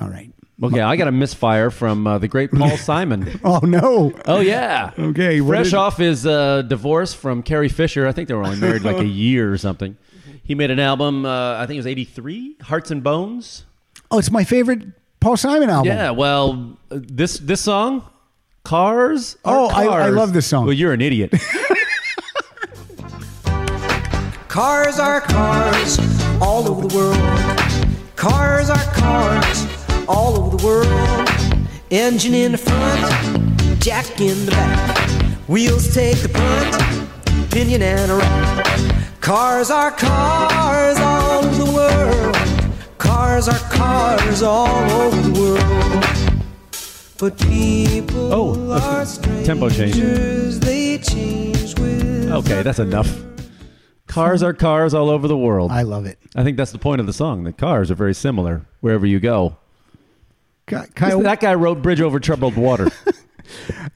C: All right.
D: Okay, I got a misfire from uh, the great Paul Simon.
C: Oh no.
D: Oh yeah.
C: Okay, what
D: Fresh
C: is-
D: off his uh, divorce from Carrie Fisher, I think they were only married like a year or something. He made an album. Uh, I think it was '83, Hearts and Bones.
C: Oh, it's my favorite Paul Simon album.
D: Yeah. Well, uh, this this song, Cars. are
C: Oh, I- I
D: cars.
C: love this song.
D: Well, you're an idiot.
A: Cars are cars all over the world. Cars are cars all over the world. Engine in the front, jack in the back. Wheels take the punt,
B: opinion and a rap. Cars are cars all over the world. Cars are cars all over the world. But people
D: Oh, okay.
B: are
D: Tempo change.
B: strangers, They change with
D: Okay, that's enough. Cars are cars all over the world.
C: I love it.
D: I think that's the point of the song. The cars are very similar wherever you go.
C: Ki- Kyle,
D: that guy wrote "Bridge Over Troubled Water."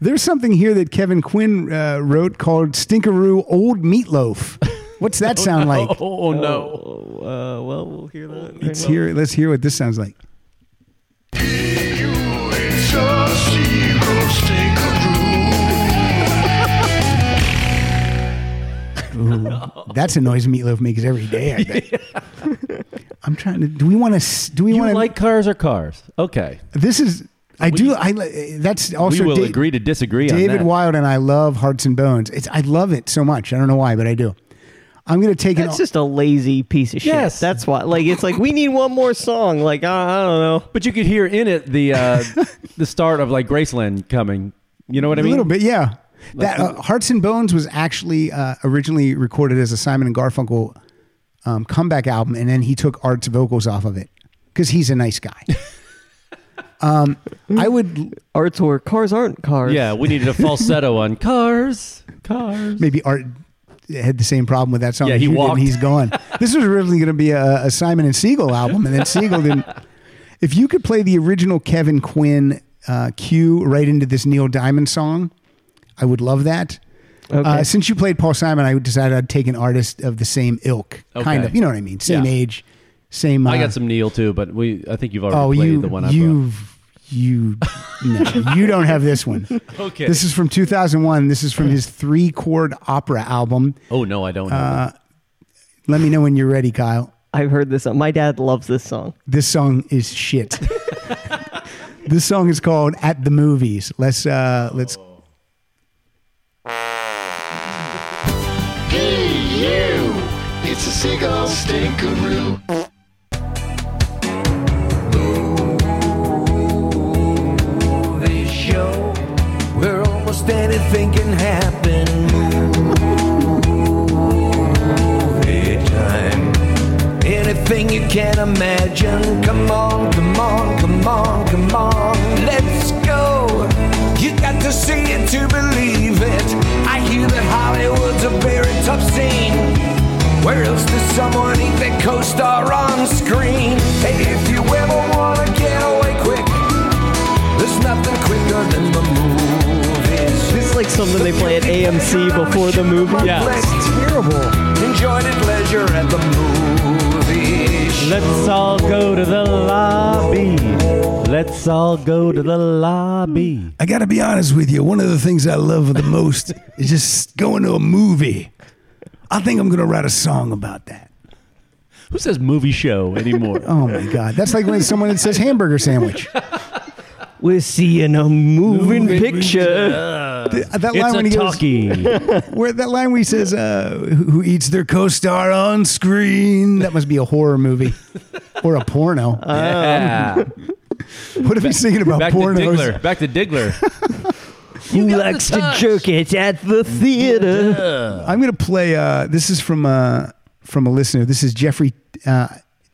C: there's something here that Kevin Quinn uh, wrote called Stinkeroo Old Meatloaf. What's that sound like?
D: oh no!
E: Uh, well, we'll hear that.
C: Let's hear, let's hear what this sounds like. That's a noise Meatloaf makes every day. I bet. I'm trying to. Do we want to? Do we
D: You
C: want to?
D: like cars or cars? Okay,
C: this is. I do. I. li- That's also.
D: we will
C: Oh, Da-
D: agree to disagree on
C: David
D: that.
C: Wild and I love Hearts and Bones. It's. I love it so much. I don't know why, but I do. I'm going to take it.
E: That's just a lazy piece of shit.
D: Yes.
E: That's why. Like, it's like, we need one more song. Like, I, I don't know.
D: But you could hear in it the uh, the start of like Graceland coming. You know what I
C: a
D: mean?
C: little bit, yeah. That uh, Hearts and Bones was actually uh, originally recorded as a Simon and Garfunkel um, comeback album, and then he took Art's vocals off of it because he's a nice guy. um, I would
E: Arts or cars aren't cars.
D: Yeah, we needed a falsetto on cars, cars.
C: maybe Art had the same problem with that song.
D: Yeah, he
C: you did, and
D: walked.
C: He's gone. this was originally going to be a, a Simon and Siegel album, and then Siegel didn't. If you could play the original Kevin Quinn uh, cue right into this Neil Diamond song, I would love that.
E: Okay.
C: Uh, since you played Paul Simon, I decided I'd take an artist of the same ilk, kind
D: Okay.
C: of. You know what I mean? Same
D: Yeah.
C: age, same. Uh,
D: I got some Neil too, but we I think you've already
C: Oh,
D: played
C: you,
D: the one I
C: you, you, no, you don't have this one.
D: brought. Okay.
C: This is from 2001. This is from his three-chord opera album.
D: oh no, I don't. know.
C: uh, Let me know when you're ready, Kyle.
E: I've heard this. My dad loves this song.
C: This song is shit. this song is called "At the Movies." Let's uh, let's
I: It's a seagull stinkeroo.
H: They show where almost anything can happen. Movie time. Anything you can imagine. Come on, come on, come on, come on. Let's go. You got to see it to believe it. I hear that Hollywood's a very tough scene. Where else does someone eat their co-star on screen? Hey, if you ever wanna get away quick, there's nothing quicker than the movies.
E: This is like something they play at AMC before the movie.
D: Yeah.
H: terrible. Enjoyed at leisure at the movies.
D: Let's all go to the lobby. Let's all go to the lobby.
J: I gotta be honest with you. One of the things I love the most is just going to a movie. I think I'm gonna write a song about that.
D: Who says movie show anymore?
C: Oh my god, that's like when someone that says hamburger sandwich.
E: We're seeing a moving, picture.
C: That line
D: it's
C: when
D: a
C: he goes,
D: talkie.
C: Where that line where he says, uh, "Who who eats their co-star on screen?" That must be a horror movie or a porno.
J: Uh,
D: Yeah.
C: what if he's singing about
D: Back to
C: pornos?
D: Diggler. Back to Diggler.
E: Who likes to jerk it at the theater?
C: I'm gonna play. Uh, this is from uh, from a listener. This is Jeffrey uh,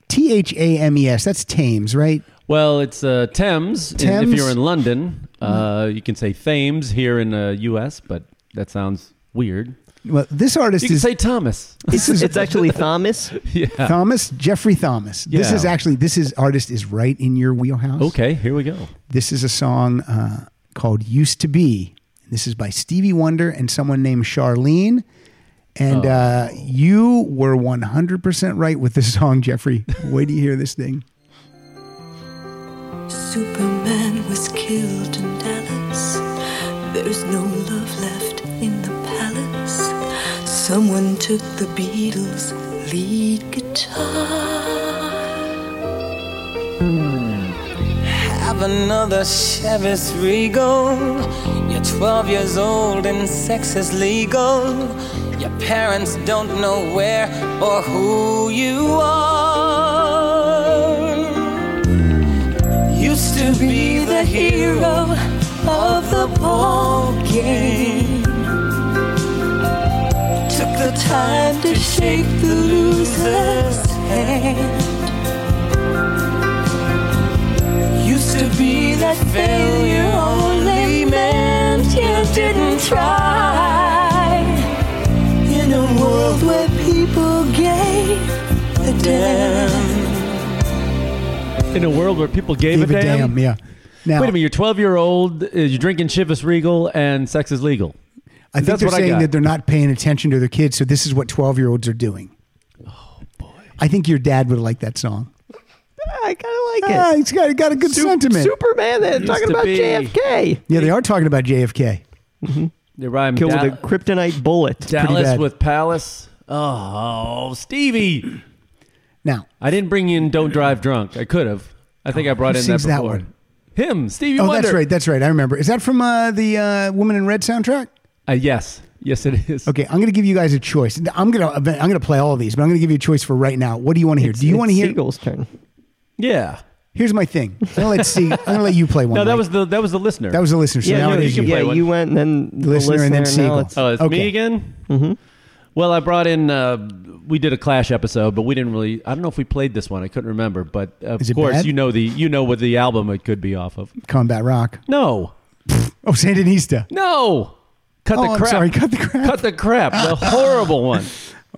C: T H A M E S. That's Thames, right?
D: Well, it's uh, Thames. and
C: Thames. Mm-hmm.
D: If you're in London, uh, you can say Thames here in the U.S., but that sounds weird.
C: Well, this artist
D: You can
C: is
D: say Thomas.
C: this is
E: It's actually Thomas.
C: Thomas Jeffrey Thomas. This
D: Yeah.
C: is actually this is artist is right in your wheelhouse.
D: Okay, here we go.
C: This is a song uh, called "Used to Be." This is by Stevie Wonder and someone named Charlene. And
D: Oh.
C: uh, you were 100% right with this song, Jeffrey. Wait till you hear this thing.
K: Superman was killed in Dallas. There's no love left in the palace. Someone took the Beatles' lead guitar.
B: Have another Chevy Regal. You're 12 years old and sex is legal. Your parents don't know where or who you are. Used to be the hero of the ball game.
K: the time to shake the loser's hand. Used to be that failure only meant you didn't try. In a world where people gave a damn.
D: In a world where people gave,
C: Give a damn, yeah. Now,
D: Wait a minute, you're 12 year old, uh, you're drinking Chivas Regal, and sex is legal.
C: I think
D: That's
C: they're
D: what I
C: saying
D: got.
C: that they're not paying attention to their kids, so this is what 12 year olds are doing. Oh, boy. I think your dad would like that song.
E: I kind of like
C: Ah,
E: it.
C: he's got, got a good sentiment.
E: Superman, they're talking
D: to
E: about
D: be.
E: JFK.
C: Yeah, they are talking about JFK.
D: They're rhyming
E: Killed
D: Da-
E: with a kryptonite bullet.
D: Dallas
C: bad.
D: with Palace. Oh, Stevie.
C: Now,
D: I didn't bring in Don't Drive Drunk. I could have. I think I brought
C: Oh, Who
D: in
C: sings
D: that
C: that
D: before.
C: one?
D: Him, Stevie
C: oh,
D: Wonder.
C: that's right. That's right. I remember. Is that from uh, the uh, Woman in Red soundtrack?
D: Uh, yes. Yes, it is.
C: Okay, I'm going to give you guys a choice. I'm going to I'm going to play all of these, but I'm going to give you a choice for right now. What do you want to hear?
E: It's-
C: do you
E: it's
C: want to hear?
E: Siegel's turn?
D: Yeah.
C: Here's my thing. I'm going to let see. I'm going to let you play one.
D: No, that
C: Mike.
D: was the that was the listener.
C: that was the listener. So
E: yeah,
C: now
E: no,
C: it
E: you,
C: is you.
D: can
E: yeah,
D: play one.
E: you went and then the
C: listener and then
E: listener, now
C: Siegel.
E: it's-
D: Oh, it's
C: Okay.
D: me again? Mm-hmm. Well, I brought in, uh, we did a Clash episode, but we didn't really, I don't know if we played this one. I couldn't remember. But of
C: Is it
D: course,
C: bad?
D: you know the you know what the album it could be off of.
C: Combat Rock.
D: No.
C: Oh, Sandinista.
D: No. Cut
C: Oh,
D: the
C: I'm
D: crap.
C: sorry. Cut the crap.
D: Cut the crap. The horrible one.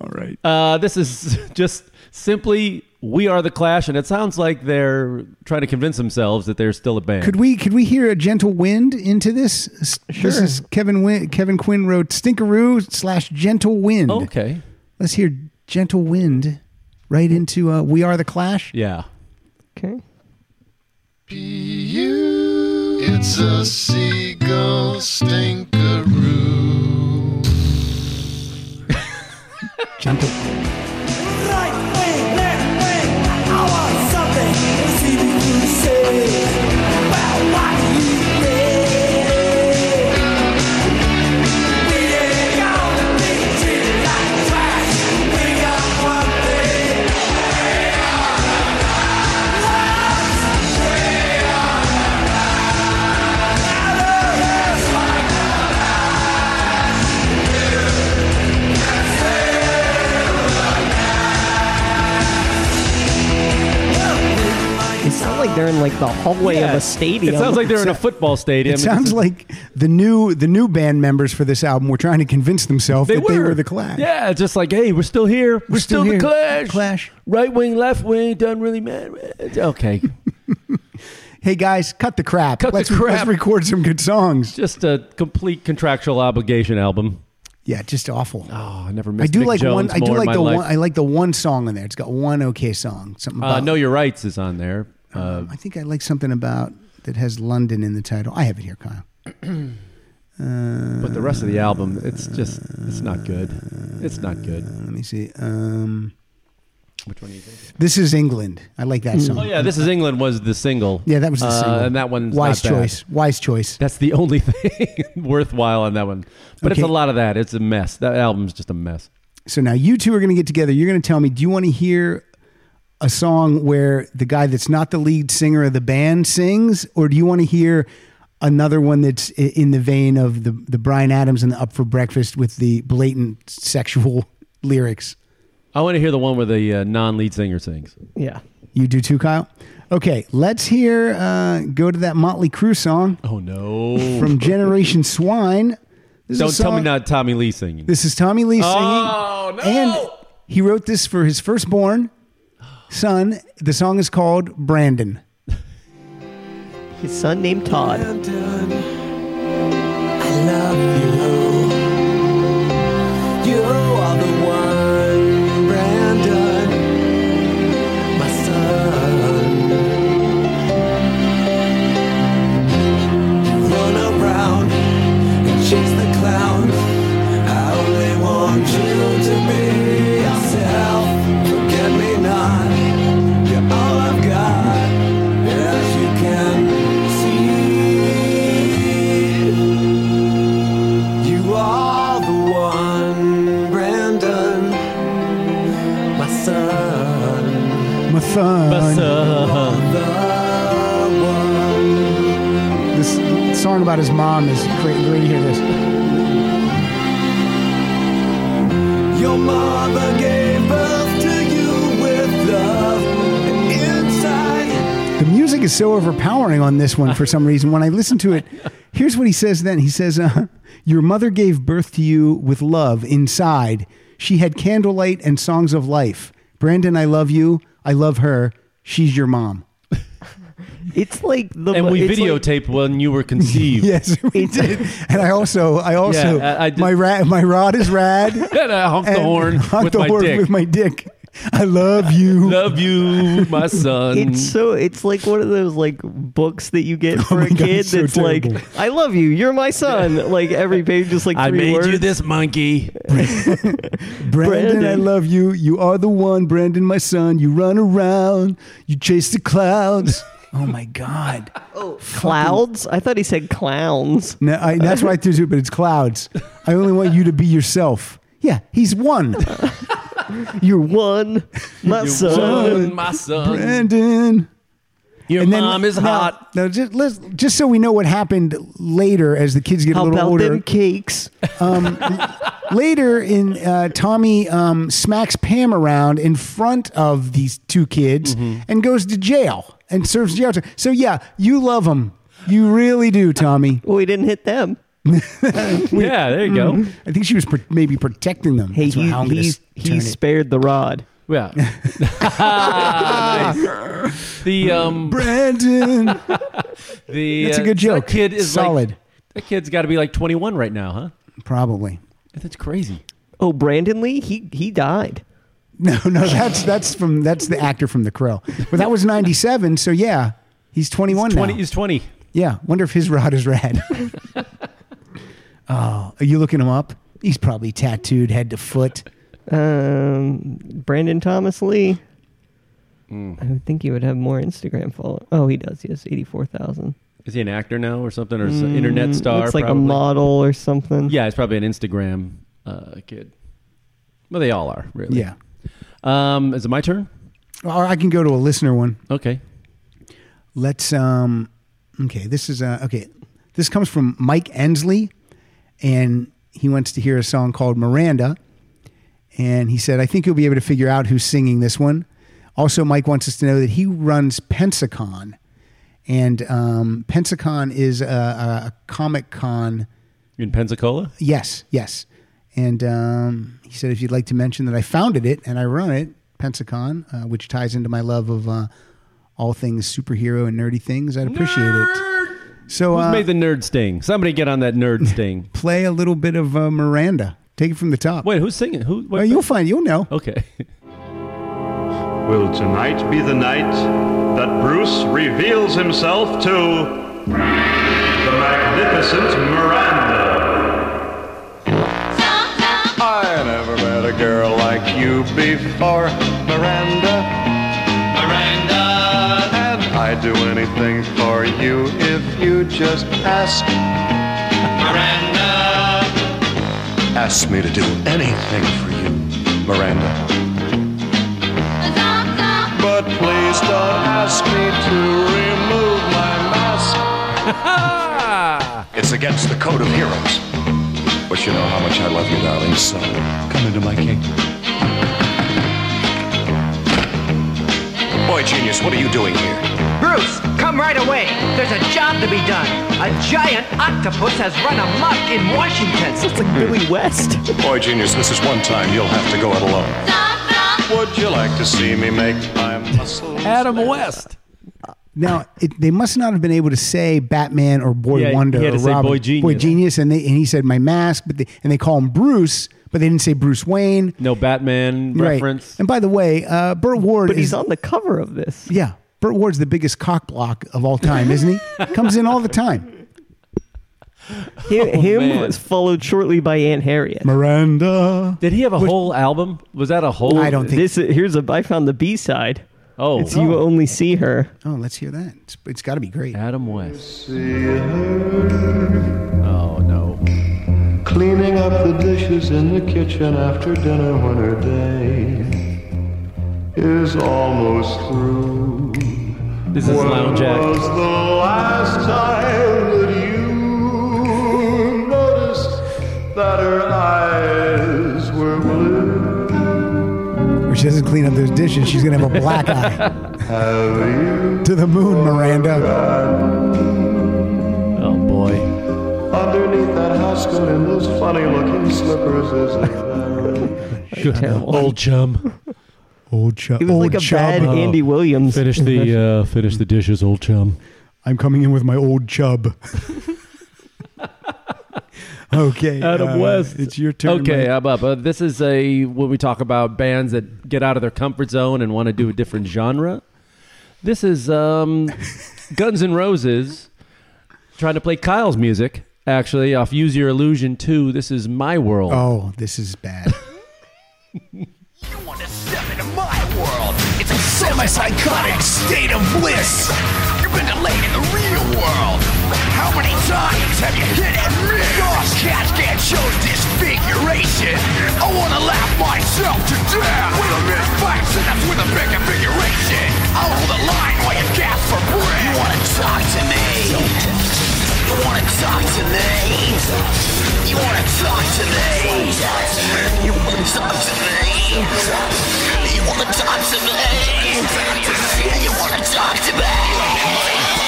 C: All right.
D: Uh, this is just simply we are the Clash, and it sounds like they're trying to convince themselves that they're still a band.
C: Could we could we hear a gentle wind into this? S- This
E: Sure.
C: is Kevin Win- Kevin Quinn wrote Stinkeroo slash Gentle Wind.
D: Okay.
C: Let's hear Gentle Wind right into uh, We Are the Clash.
D: Yeah.
E: Okay.
C: Oh.
I: You, it's a seagull stinkeroo.
C: Gentle.
F: Right wing, left wing. I want something to see the you say. Well, what do you think? We ain't gonna be treated like trash. We got one thing.
E: It sounds like they're in like the hallway of a stadium.
D: It sounds like they're in a football stadium.
C: It sounds like the new the new band members for this album were trying to convince themselves that they were the Clash.
D: Yeah, just like, hey, we're still here. We're,
C: still
D: still,
C: here.
D: the Clash.
C: Clash.
D: Right wing, left wing, doesn't really matter. Okay.
C: Hey guys, cut the crap.
D: Cut the
C: let's,
D: crap.
C: Let's record some good songs.
D: just a complete contractual obligation album.
C: Yeah, just awful.
D: Oh, I never
C: I
D: missed
C: do
D: Mick
C: like
D: Jones
C: one. I do
D: more in
C: like
D: my
C: the
D: life.
C: one. I like the one song on there. It's got one okay song. Something
D: uh,
C: about.
D: Know Your Rights is on there. Uh,
C: I think I like something about that has London in the title. I have it here, Kyle.
D: but the rest of the album, it's just, it's not good. It's not good.
C: Let me see. Um,
D: Which one do you think?
C: this is England. I like that song.
D: Oh yeah, this is England was the single.
C: Yeah, that was the
D: Uh,
C: single.
D: and that one's
C: wise
D: not bad.
C: choice. Wise choice.
D: That's the only thing worthwhile on that one. But it's
C: Okay.
D: a lot of that. It's a mess. That album's just a mess.
C: So now you two are going to get together. You're going to tell me, do you want to hear a song where the guy that's not the lead singer of the band sings, or do you want to hear another one that's i- in the vein of the the Brian Adams and the Up for Breakfast with the blatant sexual lyrics?
D: I want to hear the one where the uh, non-lead singer sings.
E: yeah.
C: You do too, Kyle. Okay, let's hear. Uh, go to that Motley Crue song
D: Oh no!
C: from Generation Swine. This is a
D: Don't tell me
C: song-
D: not Tommy Lee singing.
C: This is Tommy Lee singing.
D: Oh, no!
C: And he wrote this for his firstborn son. The song is called Brandon.
E: His son named Todd.
F: done. I love you. You are the one, Brandon, my son. You run around and chase the clown. I only want you to be yourself. Forget me not. You're all I've got, as you can see. You are the one, Brandon, my son.
C: My son.
D: Uh,
F: The one.
C: This song about his mom is great. Great to hear this.
H: Your mother gave birth to you with love. And inside,
C: The music is so overpowering on this one for some reason. When I listen to it, here's what he says then. He says, uh, Your mother gave birth to you with love inside. She had candlelight and songs of life. Brandon, I love you. I love her. She's your mom.
E: It's like the
D: And
E: mo-
D: we
E: it's like-
D: videotaped when you were conceived.
C: Yes, we did. And I also, I also,
D: Yeah, I- I did-
C: my, ra- my rod is rad.
D: And I honked the
C: And-
D: horn
C: honk
D: with
C: the
D: my
C: horn
D: dick.
C: with my dick. I love you.
D: Love you, my son.
E: It's so it's like one of those like books that you get for
C: Oh my
E: a
C: God,
E: kid
C: it's so
E: that's
C: terrible.
E: like I love you, you're my son. Like every page is like three
D: I made
E: words.
D: you this monkey.
C: Brandon, I
E: Brandon.
C: love you. You are the one, Brandon, my son. You run around. You chase the clouds. oh my God.
E: Clouds? I thought he said clowns.
C: No, I, that's why I threw it, but it's clouds. I only want you to be yourself. Yeah, he's one.
E: You're one, my
D: You
E: son.
D: won, my son.
C: Brandon.
D: Your mom is
C: now-
D: hot.
C: Now, just let's, just so we know what happened later as the kids get
E: How
C: a little
E: about
C: older.
E: them cakes?
C: Um, later in uh, Tommy um, smacks Pam around in front of these two kids and goes to jail and serves jail time. So yeah, you love him. You really do, Tommy.
E: Well, we didn't hit them.
D: Yeah, there you go.
C: I think she was pro- maybe protecting them.
E: Hey,
C: That's
E: he,
C: how I'm gonna
E: he,
C: s- turn
E: he
C: it.
E: spared the rod.
D: Yeah. Nice. The um
C: Brandon.
D: the
C: That's a
D: uh,
C: good joke.
D: That kid is like-
C: solid,
D: that kid's got to be like 21 right now, huh?
C: probably.
D: That's crazy.
E: Oh, Brandon Lee, he he died.
C: No, no, that's that's from that's the actor from The Crow. But that was '97, so yeah, he's 21
D: 20
C: now.
D: he's 20.
C: Yeah, wonder if his rod is rad. oh, are you looking him up? He's probably tattooed head to foot.
E: Um, Brandon Thomas Lee.
D: Hmm.
E: I would think he would have more Instagram followers. Oh, he does. He has eighty-four thousand.
D: Is he an actor now or something or is he an internet star
E: Mm, Looks like
D: probably?
E: a model or something.
D: Yeah, he's probably an Instagram uh, kid. Well, they all are, really.
C: Yeah.
D: Um, is it my turn?
C: Or I can go to a listener one.
D: Okay.
C: Let's um okay, this is uh okay. This comes from Mike Ensley and he wants to hear a song called Miranda. And he said, I think you'll be able to figure out who's singing this one. Also, Mike wants us to know that he runs Pensacon. And um, Pensacon is a, a, a comic con.
D: In Pensacola?
C: Yes, yes. And um, he said, if you'd like to mention that I founded it and I run it, Pensacon, uh, which ties into my love of uh, all things superhero and nerdy things, I'd appreciate it. So
D: Who's
C: uh,
D: made the nerd sting? Somebody get on that nerd sting.
C: play a little bit of uh, Miranda. Take it from the top.
D: Wait, Oh. who's singing? Who? What
C: Well, you'll find, you'll know.
D: okay.
L: Will tonight be the night that Bruce reveals himself to the magnificent Miranda?
J: I never met a girl like you before, Miranda.
A: Miranda,
J: And I'd do anything for you if you just ask.
A: Miranda,
J: Ask me to do anything for you, Miranda. But please don't ask me to remove my mask.
E: Ah,
J: It's against the code of heroes. But you know how much I love you, darling, so come into my kingdom. Boy genius, what are you doing here?
M: Bruce, come right away. There's a job to be done. A giant octopus has run amok in Washington.
E: It's like Billy West.
J: Boy genius, this is one time you'll have to go it alone. Would you like to see me make my muscles?
D: Adam West.
C: Now, it, they must not have been able to say Batman or Boy
D: Yeah,
C: Wonder
D: he had
C: or
D: to say
C: Robin.
D: Boy Genius.
C: and, they, and he said, my mask, but they, and they call him Bruce, but they didn't say Bruce Wayne.
D: No Batman
C: Right.
D: reference.
C: And by the way, uh, Burt Ward
E: But
C: is
E: he's on the cover of this.
C: Yeah. Burt Ward's the biggest cock block of all time, isn't he? Comes in all the time.
E: Him, him
D: Oh, man.
E: was followed shortly by Aunt Harriet.
C: Miranda.
D: Did he have a whole album? Was that a whole?
C: I don't think.
E: This here's a I found the B side.
D: Oh,
E: It's you only see her.
C: oh, let's hear that. It's, it's got to be great.
D: Adam West. Oh no.
I: Cleaning up the dishes in the kitchen after dinner when her day is almost through.
D: This is Lounge Act.
I: Was the last time that you noticed that her eyes were blue?
C: she doesn't clean up those dishes, she's gonna have a black eye. to the moon, Miranda.
D: Oh boy.
I: Underneath that house coat in those funny looking slippers is a
N: Old chum.
C: Old chum.
E: It was like a bad Andy Williams.
N: Finish the uh, finish the dishes, old chum.
C: I'm coming in with my old chub. okay.
D: Adam
C: uh,
D: West.
C: It's your turn.
D: Okay,
C: Mike.
D: I'm up. Uh, this is a when we talk about bands that get out of their comfort zone and want to do a different genre. This is um, Guns N' Roses trying to play Kyle's music. Actually, off Use Your Illusion 2. This is My World.
C: Oh, this is bad.
F: Step into my world. It's a semi-psychotic state of bliss. You've been delayed in the real world. How many times have you hit and missed? Cross Casket shows disfiguration. I wanna laugh myself to death. With a missed five snaps with a big configuration. I'll hold the line while you gasp for breath. You wanna talk to me? You wanna talk to me? You wanna talk to me? You wanna talk to me? You wanna talk to me? You wanna talk to me?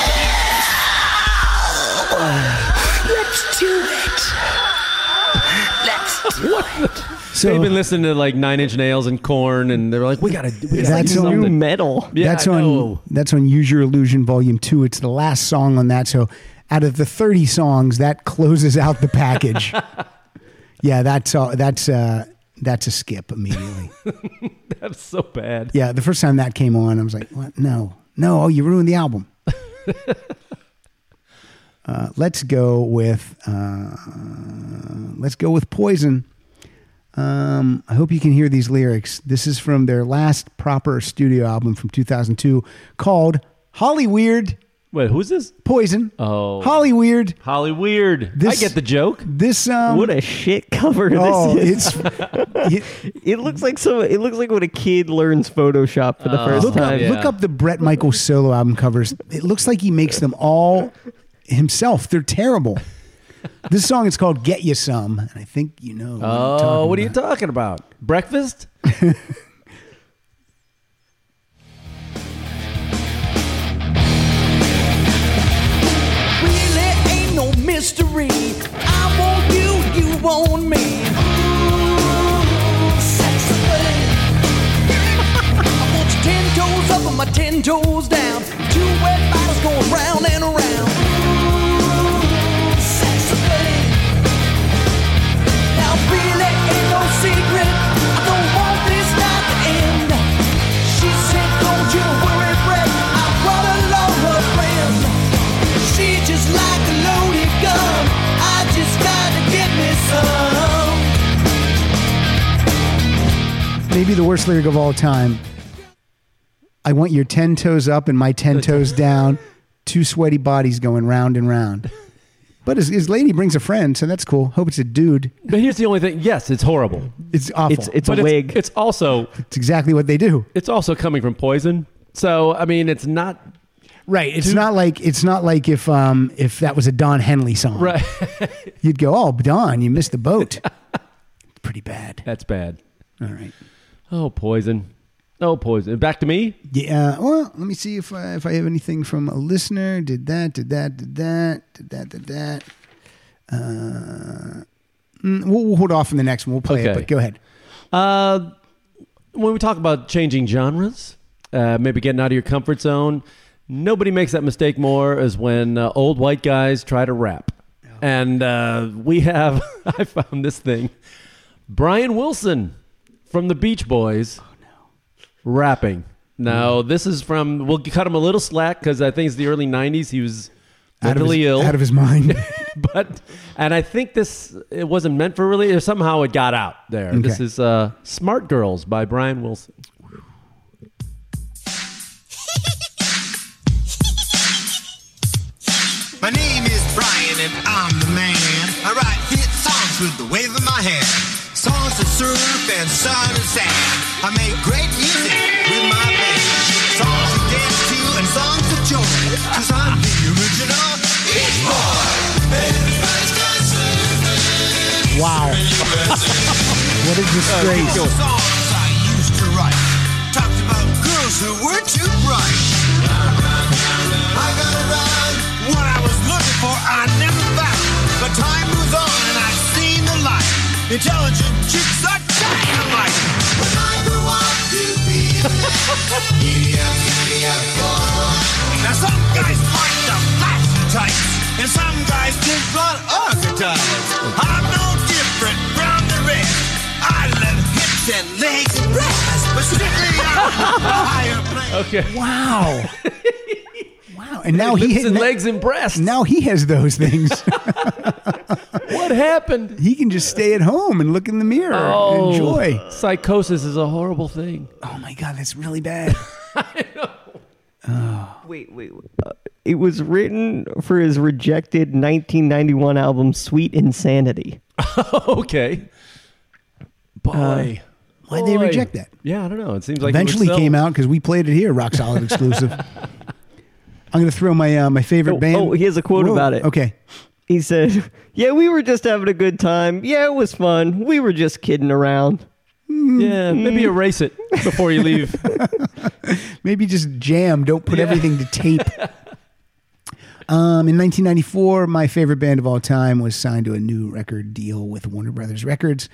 F: Let's do it. Let's do it.
D: They've
C: Oh.
D: been listening to like Nine Inch Nails and Corn, and they're like, we gotta, we gotta
C: That's
D: do
C: on-
D: something.
E: metal.
D: Yeah,
C: that's
D: I
C: on
D: know.
C: that's on Use Your Illusion Volume Two. It's the last song on that. So out of the thirty songs, that closes out the package. yeah, that's all, that's uh, that's a skip immediately.
D: That's so bad.
C: yeah, the first time that came on, I was like, what? No, no, oh, you ruined the album. uh, let's go with uh, let's go with Poison. Um, I hope you can hear these lyrics. This is from their last proper studio album from 2002 called Holly Weird
D: Wait, who's this?
C: Poison.
D: Oh,
C: Holly Weird.
D: Holly Weird.
C: This-
D: I get the joke.
C: This um
E: What a shit cover this
C: oh,
E: is.
C: it's you-
E: It looks like some. It looks like when a kid learns Photoshop for the first
C: Oh. look,
E: time.
C: up, look up the Brett Michaels solo album covers. It looks like he makes them all himself. They're terrible. This song is called "Get You Some," and I think you know. what I'm
D: Oh,
C: talking
D: what are you
C: about.
D: talking about? Breakfast?
F: Really ain't no mystery. I want you, you want me. Ooh, sexy thing. I want you ten toes up and my ten toes down. Two wet bottles going round and around. Ooh, sexy thing. Now really ain't no secret. I don't want this night to end. She said, don't you worry, Brett. I brought along her friend. She just like a loaded gun. I just gotta get me some.
C: Maybe the worst lyric of all time. I want your ten toes up and my ten toes down. Two sweaty bodies going round and round. But his, his lady brings a friend, so that's cool. Hope it's a dude.
D: But here's the only thing. Yes, it's horrible.
C: It's awful.
E: It's it's
D: but
E: a
D: it's,
E: wig.
D: It's also
C: It's exactly what they do.
D: it's also coming from poison. So I mean, it's not
C: Right. It's not like it's not like if um if that was a Don Henley song.
D: right.
C: You'd go, oh, Don, you missed the boat. Pretty bad.
D: That's bad.
C: All right.
D: Oh, poison. Oh, poison. Back to me.
C: Yeah. uh, Well, let me see if I, if I have anything from a listener. Did that? Did that? Did that? Did that? Did that? Uh, mm, we'll, we'll hold off on the next one. We'll play it.
D: Okay.
C: But go ahead.
D: Uh, when we talk about changing genres, uh, maybe getting out of your comfort zone, nobody makes that mistake more as when uh, old white guys try to rap. And uh, we have, I found this thing Brian Wilson from the Beach Boys rapping. Now, this is from, we'll cut him a little slack because I think it's the early 90s. He was
C: Out of his,
D: mentally ill
C: out of his mind.
D: but and I think this it wasn't meant for really. Or somehow it got out there. This
C: Okay.
D: is uh, "Smart Girls" by Brian Wilson.
A: My name is Brian and I'm the man. I write hit songs with the wave of my hand. Songs to surf and sun and sand. I make great music with my band. Songs to dance to and songs of joy. Cause I'm the original Beach Boy.
C: wow. what a disgrace.
D: Oh,
A: Songs I used to write.
F: Intelligent chicks are dynamite. When I grow up to be a man, idiot, idiot boy. Now some guys find the flash types, and some guys just run archetypes. I'm no different from the rest. I love hips and legs and breasts, but strictly I'm a higher plane.
D: Okay.
C: Wow. wow. And now he
D: Lips and legs and breasts.
C: Now he has those things.
D: What happened?
C: he can just stay at home and look in the mirror
D: Oh.
C: and enjoy.
D: Psychosis is a horrible thing.
C: Oh my god, that's really bad.
E: Wait, wait, wait. Uh, It was written for his rejected 1991 album Sweet Insanity.
D: okay. Boy.
C: Why'd they
D: Boy.
C: reject that?
D: Yeah, I don't know. It seems like it would
C: Eventually
D: sell.
C: came out because we played it here, rock solid exclusive. I'm gonna throw my uh, my favorite
E: Oh,
C: band.
E: oh, he has a quote
C: Whoa,
E: about it.
C: Okay,
E: He said, "Yeah, we were just having a good time. Yeah, it was fun. We were just kidding around."
D: Yeah,
C: Mm-hmm.
D: maybe erase it before you leave.
C: maybe just jam. Don't put everything to tape. Um, in 1994, my favorite band of all time was signed to a new record deal with Warner Brothers Records.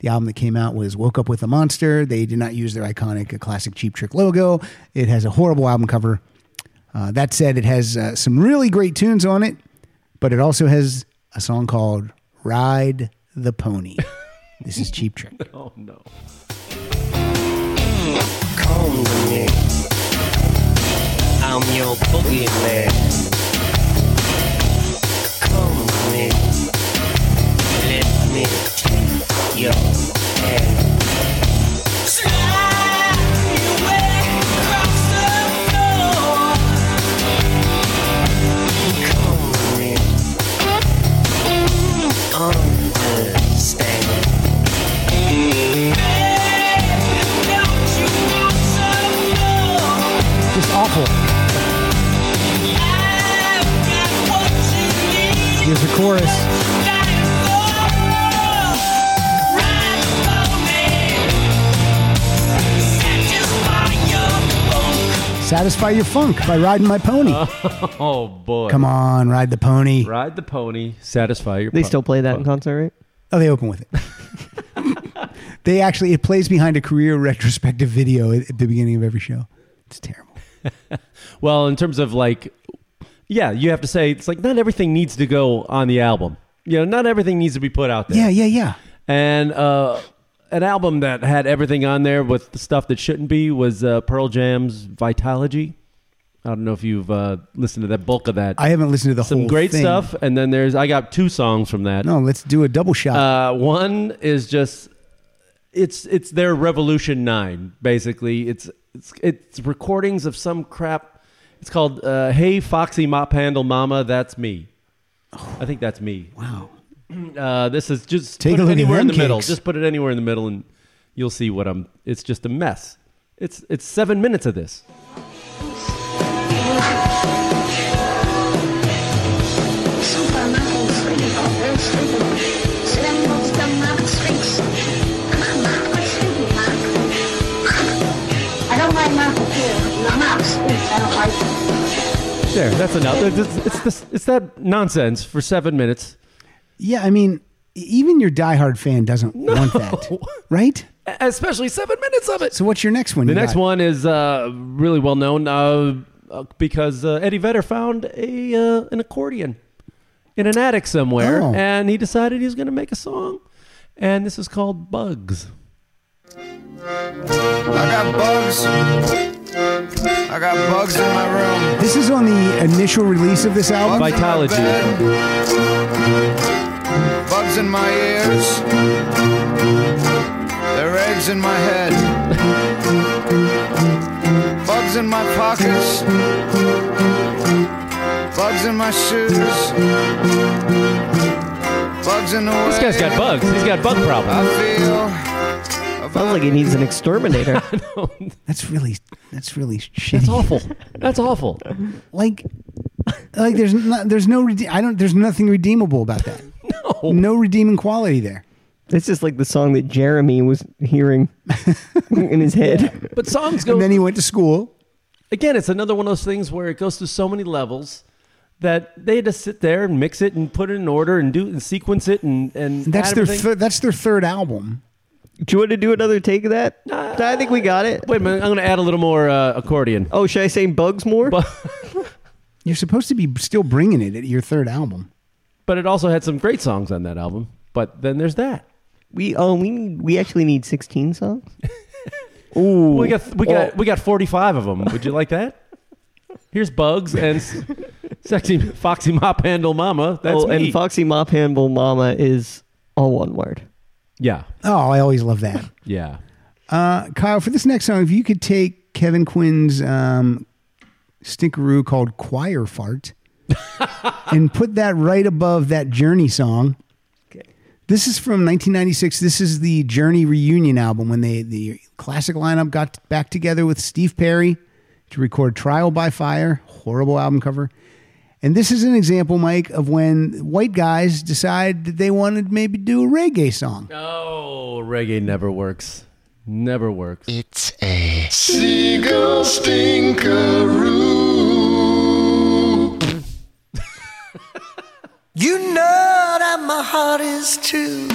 C: The album that came out was Woke Up with a Monster. They did not use their iconic uh, classic Cheap Trick logo. It has a horrible album cover. Uh, that said, it has uh, some really great tunes on it, but it also has a song called Ride the Pony. this is Cheap Trick.
D: oh no.
H: I'm your boogeyman. Come with me. Let me take your hand. Come with me. Understand.
C: Just awful. Here's the chorus. Satisfy Your Funk by Riding My Pony.
D: Oh boy.
C: Come on, Ride the Pony.
D: Ride the pony, satisfy your
E: They
D: pu-
E: still play that in concert, right?
C: Oh, they open with it. they actually it plays behind a career retrospective video at, at the beginning of every show. It's terrible.
D: Well, in terms of like, yeah, you have to say it's like not everything needs to go on the album. You know, not everything needs to be put out there.
C: Yeah, yeah, yeah.
D: And uh, an album that had everything on there with the stuff that shouldn't be was uh, Pearl Jam's Vitalogy. I don't know if you've uh, listened to that bulk of that.
C: I haven't listened to the
D: Some
C: whole
D: great
C: thing.
D: stuff, and then there's I got two songs from that.
C: No, let's do a double shot.
D: Uh, one is just it's it's their Revolution Nine basically. It's it's it's recordings of some crap. It's called uh, Hey Foxy Mop Handle Mama, that's me. I think that's me.
C: wow.
D: Uh, this is just
C: Take
D: put
C: a
D: it
C: look at
D: anywhere in the
C: them
D: middle.
C: cakes.
D: Just put it anywhere in the middle, and you'll see what I'm. It's just a mess. It's it's seven minutes of this. There, that's enough. It's it's, it's, this, it's that nonsense for seven minutes.
C: Yeah, I mean, e- even your diehard fan doesn't want that, right?
D: E, Especially seven minutes of it.
C: So what's your next one?
D: The
C: you
D: next
C: got?
D: one is uh, really well known uh, uh, because uh, Eddie Vedder found a uh, an accordion in an attic somewhere,
C: Oh.
D: and he decided he was going to make a song, and this is called Bugs.
J: I got bugs. I got bugs in my room.
C: This is on the initial release of this album.
J: Bugs in my
D: Vitology.
J: bed. Bugs in my ears. Their eggs in my head. Bugs in my pockets. Bugs in my shoes. Bugs in the way
D: This guy's got bugs. He's got bug
J: I
D: problems.
J: feel.
E: Sounds like he needs an exterminator.
C: That's really that's really shitty.
D: That's awful. That's awful.
C: Like like there's not there's no rede- I don't there's nothing redeemable about that. No. No redeeming quality there.
E: it's just like the song that Jeremy was hearing in his head.
D: But songs go
C: And then he went to school.
D: again. It's another one of those things where it goes through so many levels that they had to sit there and mix it and put it in order and do and sequence it and and
C: And that's
D: add
C: their
D: everything.
C: thir- that's their third album.
E: Do you want to do another take of that? I think we got it.
D: Ah, Wait a minute, I'm going to add a little more uh, accordion.
E: Oh, should I say bugs more?
D: But,
C: You're supposed to be still bringing it at your third album.
D: but it also had some great songs on that album. But then there's that.
E: We oh we need we actually need sixteen songs. Ooh,
D: We got we got we got 45 of them. Would you like that? Here's Bugs and s- Sexy Foxy Mop Handle Mama. That's
E: oh,
D: me.
E: and Foxy Mop Handle Mama is all one word.
D: yeah.
C: Oh, I always love that.
D: Yeah.
C: Uh, Kyle, for this next song, if you could take Kevin Quinn's um, stinkeroo called Choir Fart and put that right above that Journey song. This is from 1996. This is the Journey reunion album when they the classic lineup got back together with Steve Perry to record Trial by Fire, horrible album cover. And this is an example, Mike, of when white guys decide that they wanted to maybe do a reggae song.
D: Oh, reggae never works. Never works.
A: It's a seagull stinkeroo.
F: You know that my heart is true.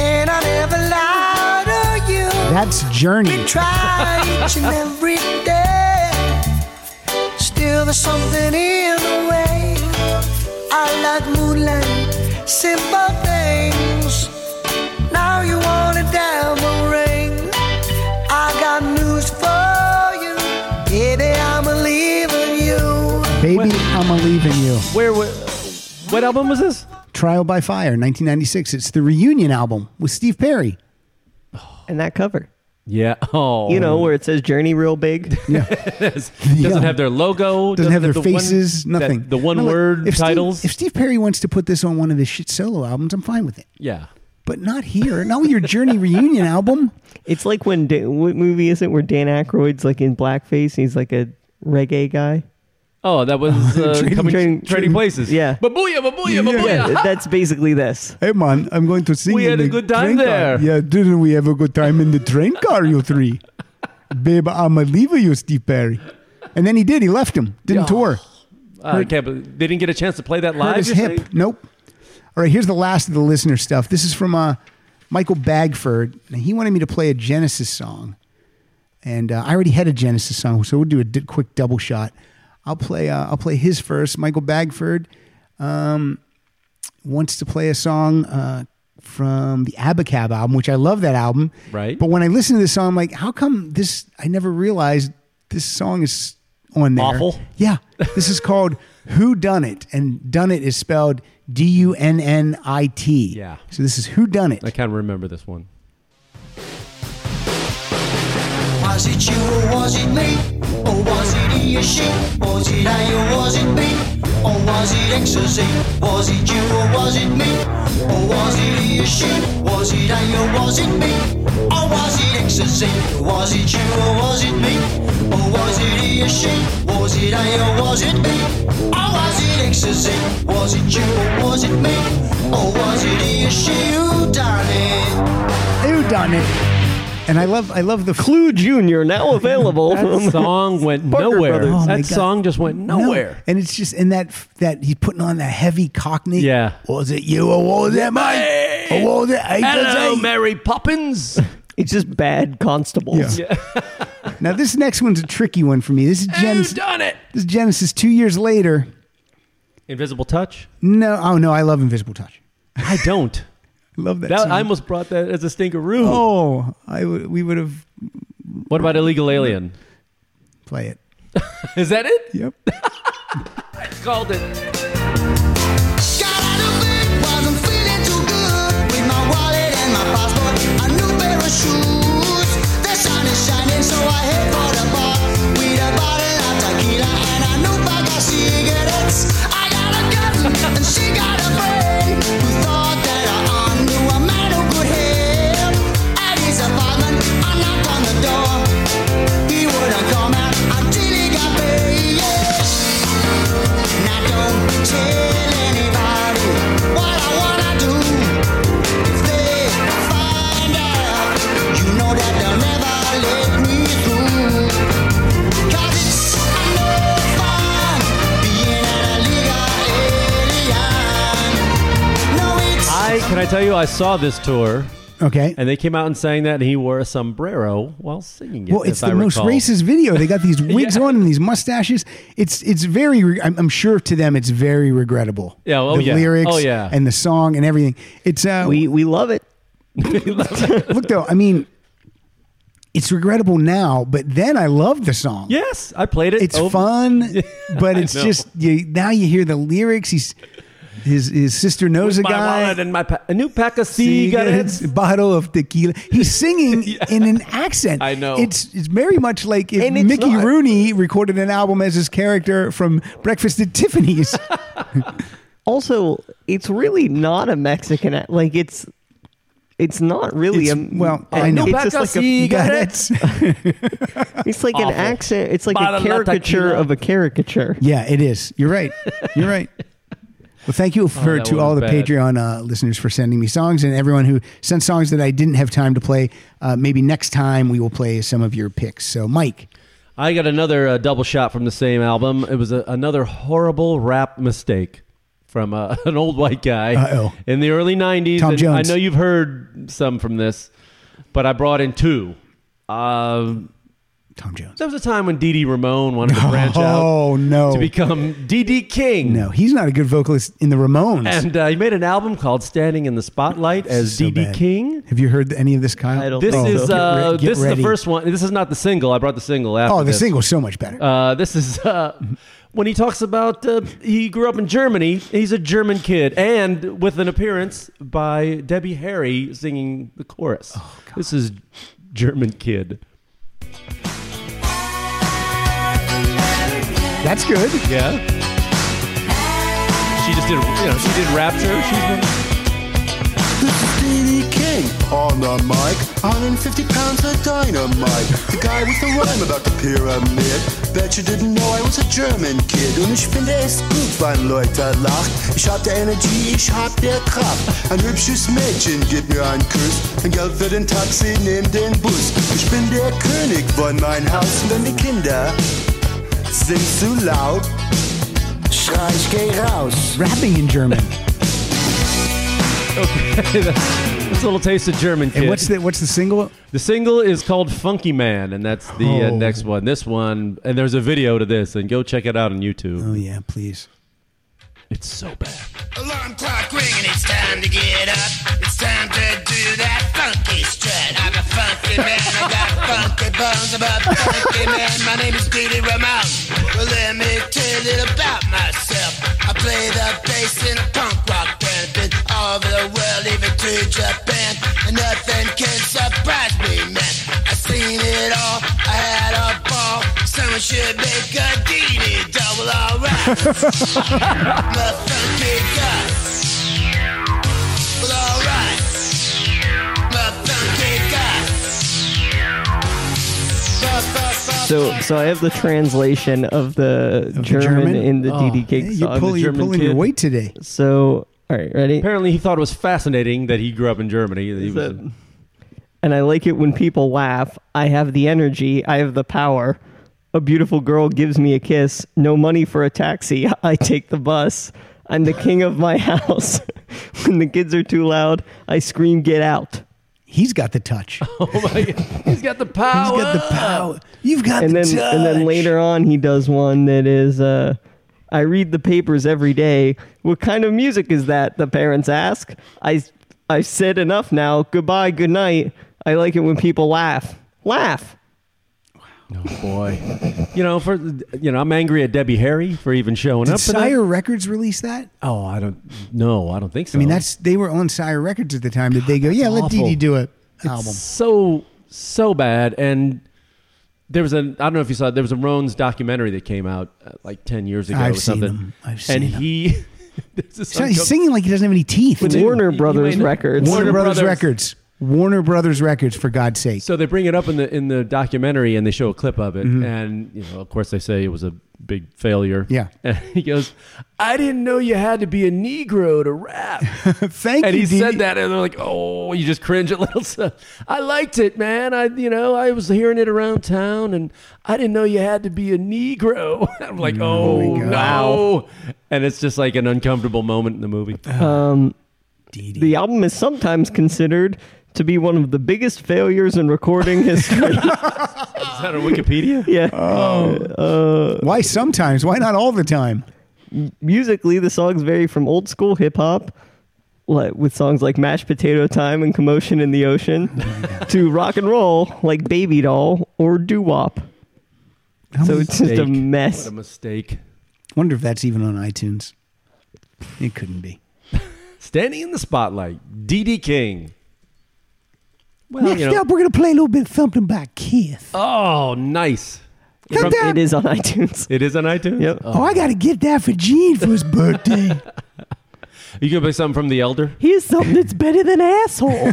F: And I never lie to you.
C: That's Journey.
F: Been trying each and every day. Still, there's something in the way. I like moonlight, simple things. Now you want a diamond ring. I got news for you. Baby, I'm leaving you.
C: Baby, I'm a leaving you.
D: Where wa- what album was this?
C: Trial by Fire, 1996. It's the reunion album with Steve Perry.
E: And that cover,
D: Yeah. Oh.
E: you know, where it says Journey real big.
D: doesn't
C: Yeah.
D: have their logo.
C: Doesn't, have their
D: the one-
C: faces,
D: that-
C: nothing.
D: the one
C: No, like,
D: word
C: if Steve-
D: titles.
C: if Steve Perry wants to put this on one of his shit solo albums, I'm fine with it.
D: yeah.
C: But not here. Not with your Journey reunion album.
E: It's like when da- what movie is it where Dan Aykroyd's like in blackface and he's like a reggae guy?
D: Oh, that was uh,
C: Trading-
D: coming,
E: trading-
D: trading,
E: trading-
D: places.
E: yeah.
D: Babuya, babuya, babuya.
E: Yeah, that's basically this.
C: Hey man, I'm going to sing.
D: We had
C: in
D: a
C: the
D: good
C: train
D: time
C: car.
D: there.
C: Yeah, didn't we have a good time in the train car, you three? Babe, I'm a leave you, Steve Perry. And then he did. He left him. Didn't tour.
D: I can't believe they didn't get a chance to play that live.
C: Hurt his
D: you
C: hip.
D: say?
C: Nope. All right, here's the last of the listener stuff. This is from uh, Michael Bagford. And he wanted me to play a Genesis song. And uh, I already had a Genesis song, so we'll do a di- quick double shot. I'll play, uh, I'll play his first. Michael Bagford um, wants to play a song uh, from the Abacab album, which I love that album.
D: Right.
C: But when I listen to this song, I'm like, how come this? I never realized this song is on there.
D: Awful?
C: Yeah. This is called Who Done It, and Done It is spelled D U N N I T.
D: Yeah.
C: So this is Who Done It.
D: I kind of remember this one.
F: Was it you or was it me? Or was it he or she? Was it I or was it me? Or was it X or Z? Was it you or was it me? Or was it he or she? Was it I or was it me? Or was it X or Z? Was it you or was it me? Or was it he or she? Was it I or was it me? Or was it X or Z? Was it you or was it me? Or was it he or she? You done it.
C: Who Done It. And I love, I love the
E: Clue Junior now available.
D: That song went
E: Parker
D: nowhere.
E: Brothers.
C: Oh, my
D: that
C: God.
D: song just went
C: No.
D: nowhere.
C: And it's just, and that, that he's putting on that heavy cockney.
D: Yeah.
C: Was it you or was it me? Or was it I?
D: Hello, Mary Poppins.
E: it's just bad constables.
C: Yeah. Now this next one's a tricky one for me. This is Genesis.
D: done it?
C: This is Genesis two years later.
D: Invisible Touch.
C: No, oh no, I love Invisible Touch.
D: I don't.
C: Love that.
D: That,
C: song.
D: I almost brought that as a stinkeroo.
C: Oh, I w- we would have
D: What about Illegal Alien?
C: play it.
D: Is that it?
C: Yep.
D: Called it.
F: Got out of bed, wasn't feeling too good. With my wallet and my passport, a new pair of shoes. The sun is shining, so I head for the bar. With a bottle of tequila and a new bag of cigarettes. I got a girl and she got a friend who thought that I knew a man who could help. At his apartment, I knocked on the door. He wouldn't come out until he got paid. Now don't tell
D: I tell you, I saw this tour.
C: Okay.
D: And they came out and sang that, and he wore a sombrero while singing it.
C: Well, it's
D: if
C: the
D: I
C: most
D: recall.
C: racist video. They got these wigs on and these mustaches. It's it's very. re- I'm, I'm sure to them it's very regrettable.
D: Yeah, oh,
C: the
D: yeah.
C: lyrics.
D: Oh, yeah.
C: And the song and everything. It's uh,
E: we we love it.
C: Look though, I mean, it's regrettable now, but then I loved the song.
D: Yes, I played it.
C: It's
D: over-
C: fun, but
D: Oh. I
C: it's
D: know.
C: just you, now you hear the lyrics. He's his his sister knows a
D: my
C: guy.
D: wallet and my pa- a new pack of cigarettes.
C: Cigarettes, bottle of tequila. He's singing in an accent.
D: I know.
C: It's it's very much like if
E: And it's
C: Mickey
E: not-
C: Rooney recorded an album as his character from Breakfast at Tiffany's.
E: Also, it's really not a Mexican act. Like it's it's not really
C: It's-
E: a
C: well,
E: a-
C: I know.
E: It's just like a,
C: Cigarettes.
E: it's like an
D: Awful.
E: accent. It's like
D: Bottle
E: a
D: of
E: caricature
D: tequila.
E: of a caricature.
C: yeah, it is. You're right. You're right. Well, thank you for
D: Oh, that
C: to
D: one
C: all the
D: was bad.
C: Patreon uh, listeners for sending me songs and everyone who sent songs that I didn't have time to play. Uh, maybe next time we will play some of your picks. So, Mike,
D: I got another uh, double shot from the same album. It was a, another horrible rap mistake from uh, an old white guy
C: Uh-oh.
D: in the early 90s.
C: Tom
D: and
C: Jones.
D: I know you've heard some from this, but I brought in two. Uh,
C: Tom Jones.
D: there was a time when Dee Dee Ramone wanted to branch
C: Oh
D: out
C: no,
D: to become Dee Dee King.
C: no, he's not a good vocalist in the Ramones.
D: And uh, he made an album called Standing in the Spotlight as
C: So
D: Dee Dee
C: bad.
D: King.
C: Have you heard any of this, Kyle?
E: I don't
D: This
E: Oh,
D: is
E: get
D: uh,
C: Get
D: this is
C: ready.
D: the first one. This is not the single. I brought the single after.
C: Oh, the
D: this.
C: single's so much better.
D: Uh, this is uh, when he talks about uh, he grew up in Germany. He's a German kid, and with an appearance by Debbie Harry singing the chorus. this is German kid.
C: That's good.
D: Yeah. She just did, you know, she did Rapture. She's
G: This is Dee King on the mic. 150 pounds of dynamite. The guy with the rhyme about the pyramid. Bet you didn't know I was a German Kid. Und ich finde es gut, wenn Leute lacht. Ich hab der Energie, ich hab der Kraft. Ein hübsches Mädchen gibt mir einen Kuss. Ein Geld für den Taxi, nimm den Bus. Ich bin der König von mein Haus. Und wenn die Kinder sind zu laut, schrei ich geh raus.
C: Rapping in German.
D: been okay. It's a little taste of German kid.
C: And what's the what's the single?
D: The single is called Funky Man, and that's the uh,
C: Oh.
D: next one. This one, and there's a video to this, and go check it out on YouTube.
C: Oh yeah, please.
D: It's so bad.
A: Alarm clock ringing, it's time to get up. It's time to do that funky strut. I'm a funky man, I got funky bones. I'm a funky man, my name is Didi Ramon. Well, let me tell you about myself. I play the bass in a punk rock band. Been all over the world, even to Japan. And nothing can surprise me, man. I seen it all, I had a ball. Someone should make a Didi double, alright. I'm a funky guy. Well, alright. I'm a funky guy. Ba, ba, ba,
E: So so I have the translation of the, German,
C: German?
E: in the
C: Oh,
E: DD Cake
C: Hey,
E: song.
C: you're pulling,
E: the
C: you're
E: German
C: pulling your
E: kid.
C: weight today.
E: So all right, ready?
D: Apparently, he thought it was fascinating that he grew up in Germany. that he was-
E: Said, and I like it when people laugh. I have the energy. I have the power. A beautiful girl gives me a kiss. No money for a taxi. I take the bus. I'm the king of my house. when the kids are too loud, I scream, "Get out!"
C: He's got the touch.
D: oh my God. He's got the power.
C: He's got the power. You've got
E: and
C: the
E: then
C: touch.
E: and then later on he does one that is uh I read the papers every day. What kind of music is that? The parents ask. I I've said enough now. Goodbye, good night. I like it when people laugh. Laugh.
D: Oh boy. you know, for you know, I'm angry at Debbie Harry for even showing
C: Did
D: up. for that.
C: Sire Records release that?
D: Oh, I don't. No, I don't think
C: I
D: so.
C: mean, that's they were on Sire Records at the time. Did they go? Yeah, let
D: awful.
C: Dee Dee do a album.
D: so so bad. And there was an I don't know if you saw it, there was a Roan's documentary that came out uh, like ten years ago
C: I've
D: or
C: seen
D: something.
C: them. I've seen
D: and
C: them.
D: he. there's this
C: He's not- he's
D: unco-
C: singing like he doesn't have any teeth.
E: With
C: too.
E: Warner
D: you- you
E: Brothers
D: might know-
E: Records.
C: Warner,
D: Warner
C: Brothers,
D: Brothers.
C: Records. Warner Brothers Records, for God's sake.
D: So they bring it up in the in the documentary and they show a clip of it,
C: Mm-hmm.
D: and you know, of course, they say it was a big failure.
C: Yeah.
D: and he goes, "I didn't know you had to be a Negro to rap."
C: Thank
D: and
C: you.
D: he
C: Dee
D: said
C: Dee.
D: that, and they're like, "Oh, you just cringe a little." So I liked it, man. I, you know, I was hearing it around town, and I didn't know you had to be a Negro. I'm like, "Oh,
C: my God.
D: no!" And it's just like an uncomfortable moment in the movie.
E: Um The album is sometimes considered to be one of the biggest failures in recording history.
D: Is that on Wikipedia?
E: yeah.
C: Oh. Why sometimes? Why not all the time?
E: Musically, the songs vary from old school hip hop, like with songs like "Mashed Potato Time" and "Commotion in the Ocean," to rock and roll like "Baby Doll" or "Doo Wop." So it's just a mess.
D: What a mistake.
C: Wonder if that's even on iTunes. It couldn't be.
D: Standing in the spotlight, D.D. King. Well,
C: Next
D: you know.
C: up, we're gonna play a little bit of something by Kiss.
D: Oh, nice.
C: Come down. It
E: is on iTunes.
D: It is on iTunes. Yep.
C: Oh, I gotta get that for Gene for his birthday.
D: You gonna play something from The Elder?
E: Here's something that's better than asshole.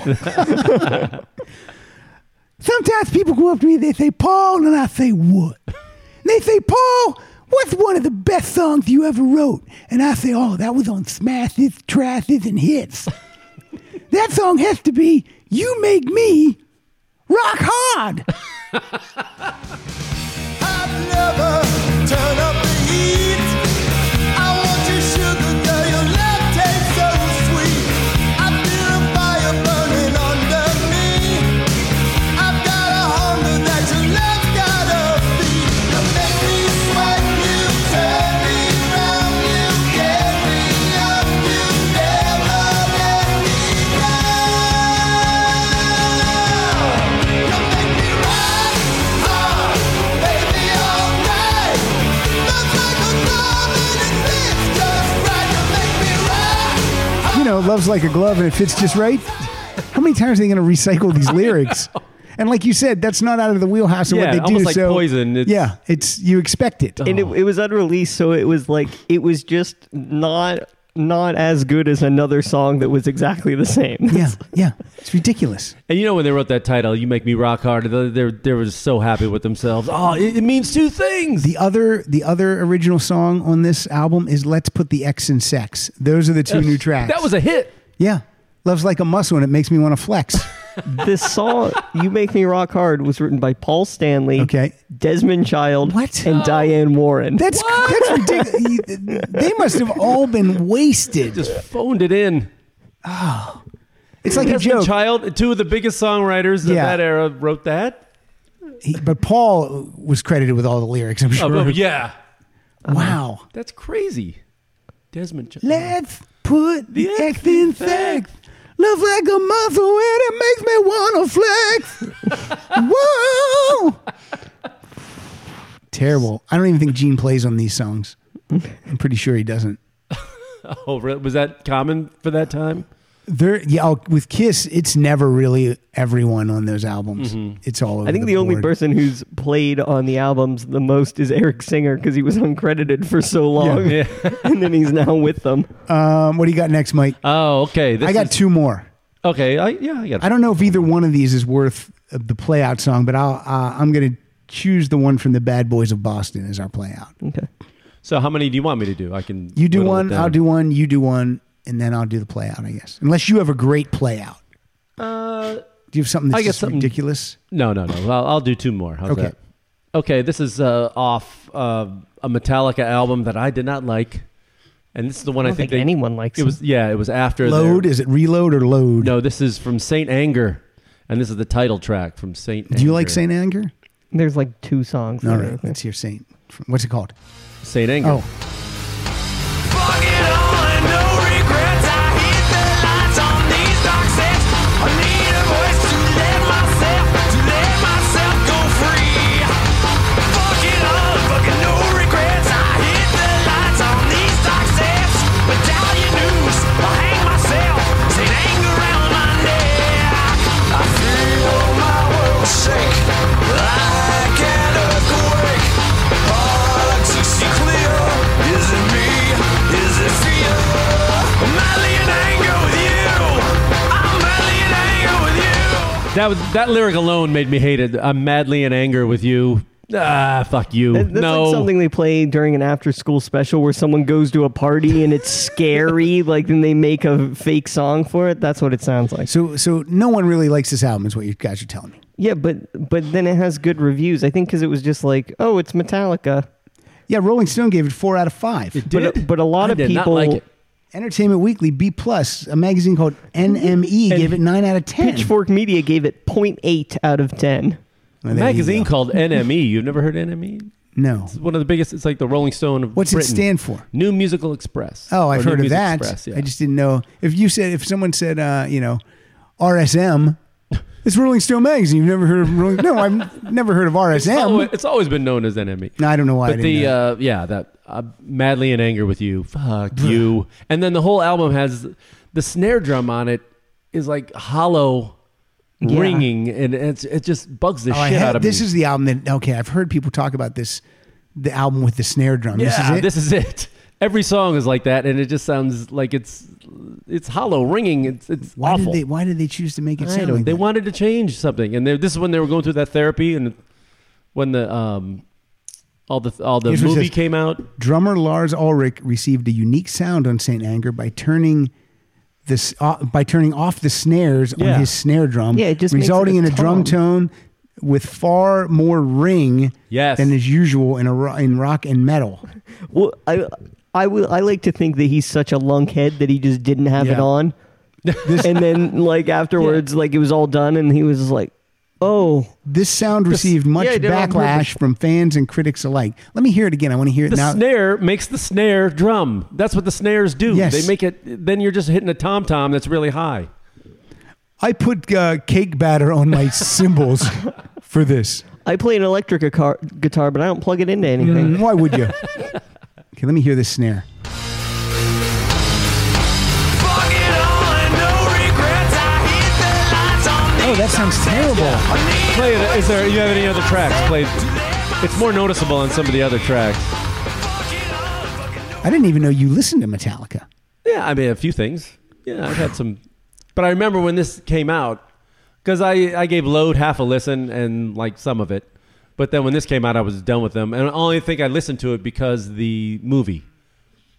C: Sometimes people go up to me, they say, Paul, and I say, what? And they say, Paul, what's one of the best songs you ever wrote? And I say, oh, that was on smashes, trashes, and hits. that song has to be You Make Me Rock Hard.
F: Never turn up the heat. I want your sugar, girl. Your love tastes so sweet. I feel a fire burning under me. I've got a hunger that your love gotta feed. You make me sweat, you turn me round, you get me up, you never let me down. You make me rock hard, baby, all night. Looks like a glove and it fits just right. You make me rock.
C: You know, love's like a glove and it fits just right. How many times are they going to recycle these lyrics? And like you said, that's not out of the wheelhouse of
D: Yeah,
C: what they do.
D: almost like
C: so
D: Poison, it's- Uh-huh.
C: yeah, it's you expect it.
E: and it, it was unreleased, so it was like it was just not not as good as another song that was exactly the same.
C: yeah, yeah, it's ridiculous.
D: And you know when they wrote that title, "You Make Me Rock Hard," they they, they were so happy with themselves. Oh, it, it means two things.
C: The other the other original song on this album is Let's Put the X in Sex. Those are the two new tracks.
D: That was a hit.
C: Yeah. Love's like a muscle and it makes me want to flex.
E: this song "You Make Me Rock Hard" was written by Paul Stanley,
C: Okay.
E: Desmond Child, and Diane Warren.
C: That's that's ridiculous. They must have all been wasted.
D: Just phoned it in.
C: It's like a
D: Desmond
C: joke.
D: Child, two of the biggest songwriters of
C: Yeah.
D: that era, wrote that.
C: He- but Paul was credited with all the lyrics, I'm
D: Oh,
C: sure.
D: oh, yeah,
C: Wow.
D: that's crazy. Desmond Child.
C: Let's put the X in sex. Love's like a muscle and it makes me want to flex. Whoa. Terrible. I don't even think Gene plays on these songs. I'm pretty sure he doesn't.
D: Oh, re- was that common for that time?
C: There, yeah, oh, with Kiss, it's never really everyone on those albums. It's all over.
E: I think the, only
C: board.
E: person who's played on the albums the most is Eric Singer because he was uncredited for so long,
D: Yeah.
E: and then he's now with them.
C: Um, what do you got next, Mike?
D: Oh, okay. This
C: I got
D: is-
C: two more.
D: Okay, I, yeah, I got.
C: I don't know if either one of these is worth uh, the play out song, but I'll, uh, I'm going to choose the one from the Bad Boys of Boston as our play out.
E: Okay.
D: So, how many do you want me to do? I can.
C: You do
D: whittle it
C: one,
D: down.
C: I'll do one, you do one, and then I'll do the play out, I guess. Unless you have a great play out.
D: Uh,
C: Do you have something
D: I
C: that's
D: guess
C: just
D: something-
C: ridiculous?
D: No, no, no. I'll, I'll do two more. How's
C: Okay.
D: that? Okay, this is uh, off uh, a Metallica album that I did not like, and this is the one I,
E: don't think
D: they-
E: anyone likes
D: It was yeah, it was after their-
C: Load? Is it reload or load?
D: no, this is from Saint Anger, and this is the title track from Saint.
C: Do you like Saint Anger?
E: There's like two songs.
C: All
E: that are-
C: right, let's hear Saint. What's it called?
D: Saint Anger?
C: Oh,
F: Fuck it all and no regrets. I hit the lights on these dark sets. I need a voice to let myself, to let myself go free. Fuck it all, fucking no regrets. I hit the lights on these dark sets. Battalion news, I hang myself. Sit anger around my neck. I feel my world shake like an earthquake. All I can see clear is it me, is it fear? I'm madly in anger with you. I'm madly in anger with you.
D: That was that lyric alone made me hate it. I'm madly in anger with you. Ah, fuck you.
E: That- That's
D: no,
E: like something they play during an after-school special where someone goes to a party and it's scary. like then they make a fake song for it. That's what it sounds like.
C: so so no one really likes this album, is what you guys are telling me.
E: Yeah, but but then it has good reviews. I think because it was just like, oh, it's Metallica.
C: Yeah, Rolling Stone gave it four out of five.
D: It did.
E: But but a lot
D: I
E: of
D: did not
E: people
D: like it.
C: Entertainment Weekly B plus, a magazine called NME, gave it nine out of ten.
E: Pitchfork Media gave it 0.8 out of 10.
D: A magazine called NME. You've never heard E? NME?
C: No.
D: It's one of the biggest. It's like the Rolling Stone of
C: What's it
D: Britain.
C: stand for?
D: New Musical Express.
C: Oh,
D: Or
C: I've
D: New
C: heard of
D: Music
C: that.
D: Express, yeah.
C: I just didn't know if you said if someone said uh, you know RSM. It's Rolling Stone magazine. You've never heard of Rolling? No, I've never heard of
D: Alwa-
C: RSM.
D: it's always been known as NME.
C: No, I don't know why. I
D: Oh, But
C: didn't
D: the
C: know.
D: uh, yeah, that uh, madly in anger with you, fuck you, and then the whole album has the snare drum on it is like hollow,
C: Yeah.
D: ringing, and it's it just bugs the
C: Oh, I
D: shit
C: had-
D: out of
C: this
D: me.
C: is the album that okay. I've heard people talk about this, the album with the snare drum. this is
D: yeah,
C: it.
D: this is it. Every song is like that, and it just sounds like it's it's hollow, ringing. It's it's
C: why did
D: awful.
C: they? Why did they choose to make it
D: I
C: sound
D: don't-
C: like
D: they
C: that?
D: wanted to change something, and they- this is when they were going through that therapy, and when the um all the all the
C: Here's what it
D: movie
C: says.
D: came out.
C: Drummer Lars Ulrich received a unique sound on Saint Anger by turning this uh, by turning off the snares
E: Yeah.
C: on his snare drum,
E: Yeah, it just makes it
C: resulting
E: a
C: in a drum tone with far more ring
E: Yes.
C: than is usual in a ro- in rock and metal.
E: Well, I I will I like to think that he's such a lunkhead that he just didn't have it
C: Yeah.
E: on. and then like afterwards, like it was all done, and he was just like, "Oh,
C: this sound Received much backlash from fans and critics alike. Let me hear it again. I want to hear it
D: The
C: now.
D: snare makes the snare drum. That's what the snares do.
C: Yes.
D: They make it. Then you're just hitting a tom tom that's really high.
C: I put uh, cake batter on my cymbals for this.
E: I play an electric guitar, guitar, but I don't plug it into anything."
D: Mm-hmm.
C: Mm, why would you? Okay, let me hear this snare.
D: Oh,
C: that sounds terrible.
D: Play it. Is there? You have any other tracks? Play. It's more noticeable on some of the other tracks.
C: I didn't even know you listened to Metallica.
D: Yeah, I mean a few things. Yeah, I've had some, but I remember when this came out because I I gave Load half a listen and like some of it, but then when this came out, I was done with them, and I only think I listened to it because the movie,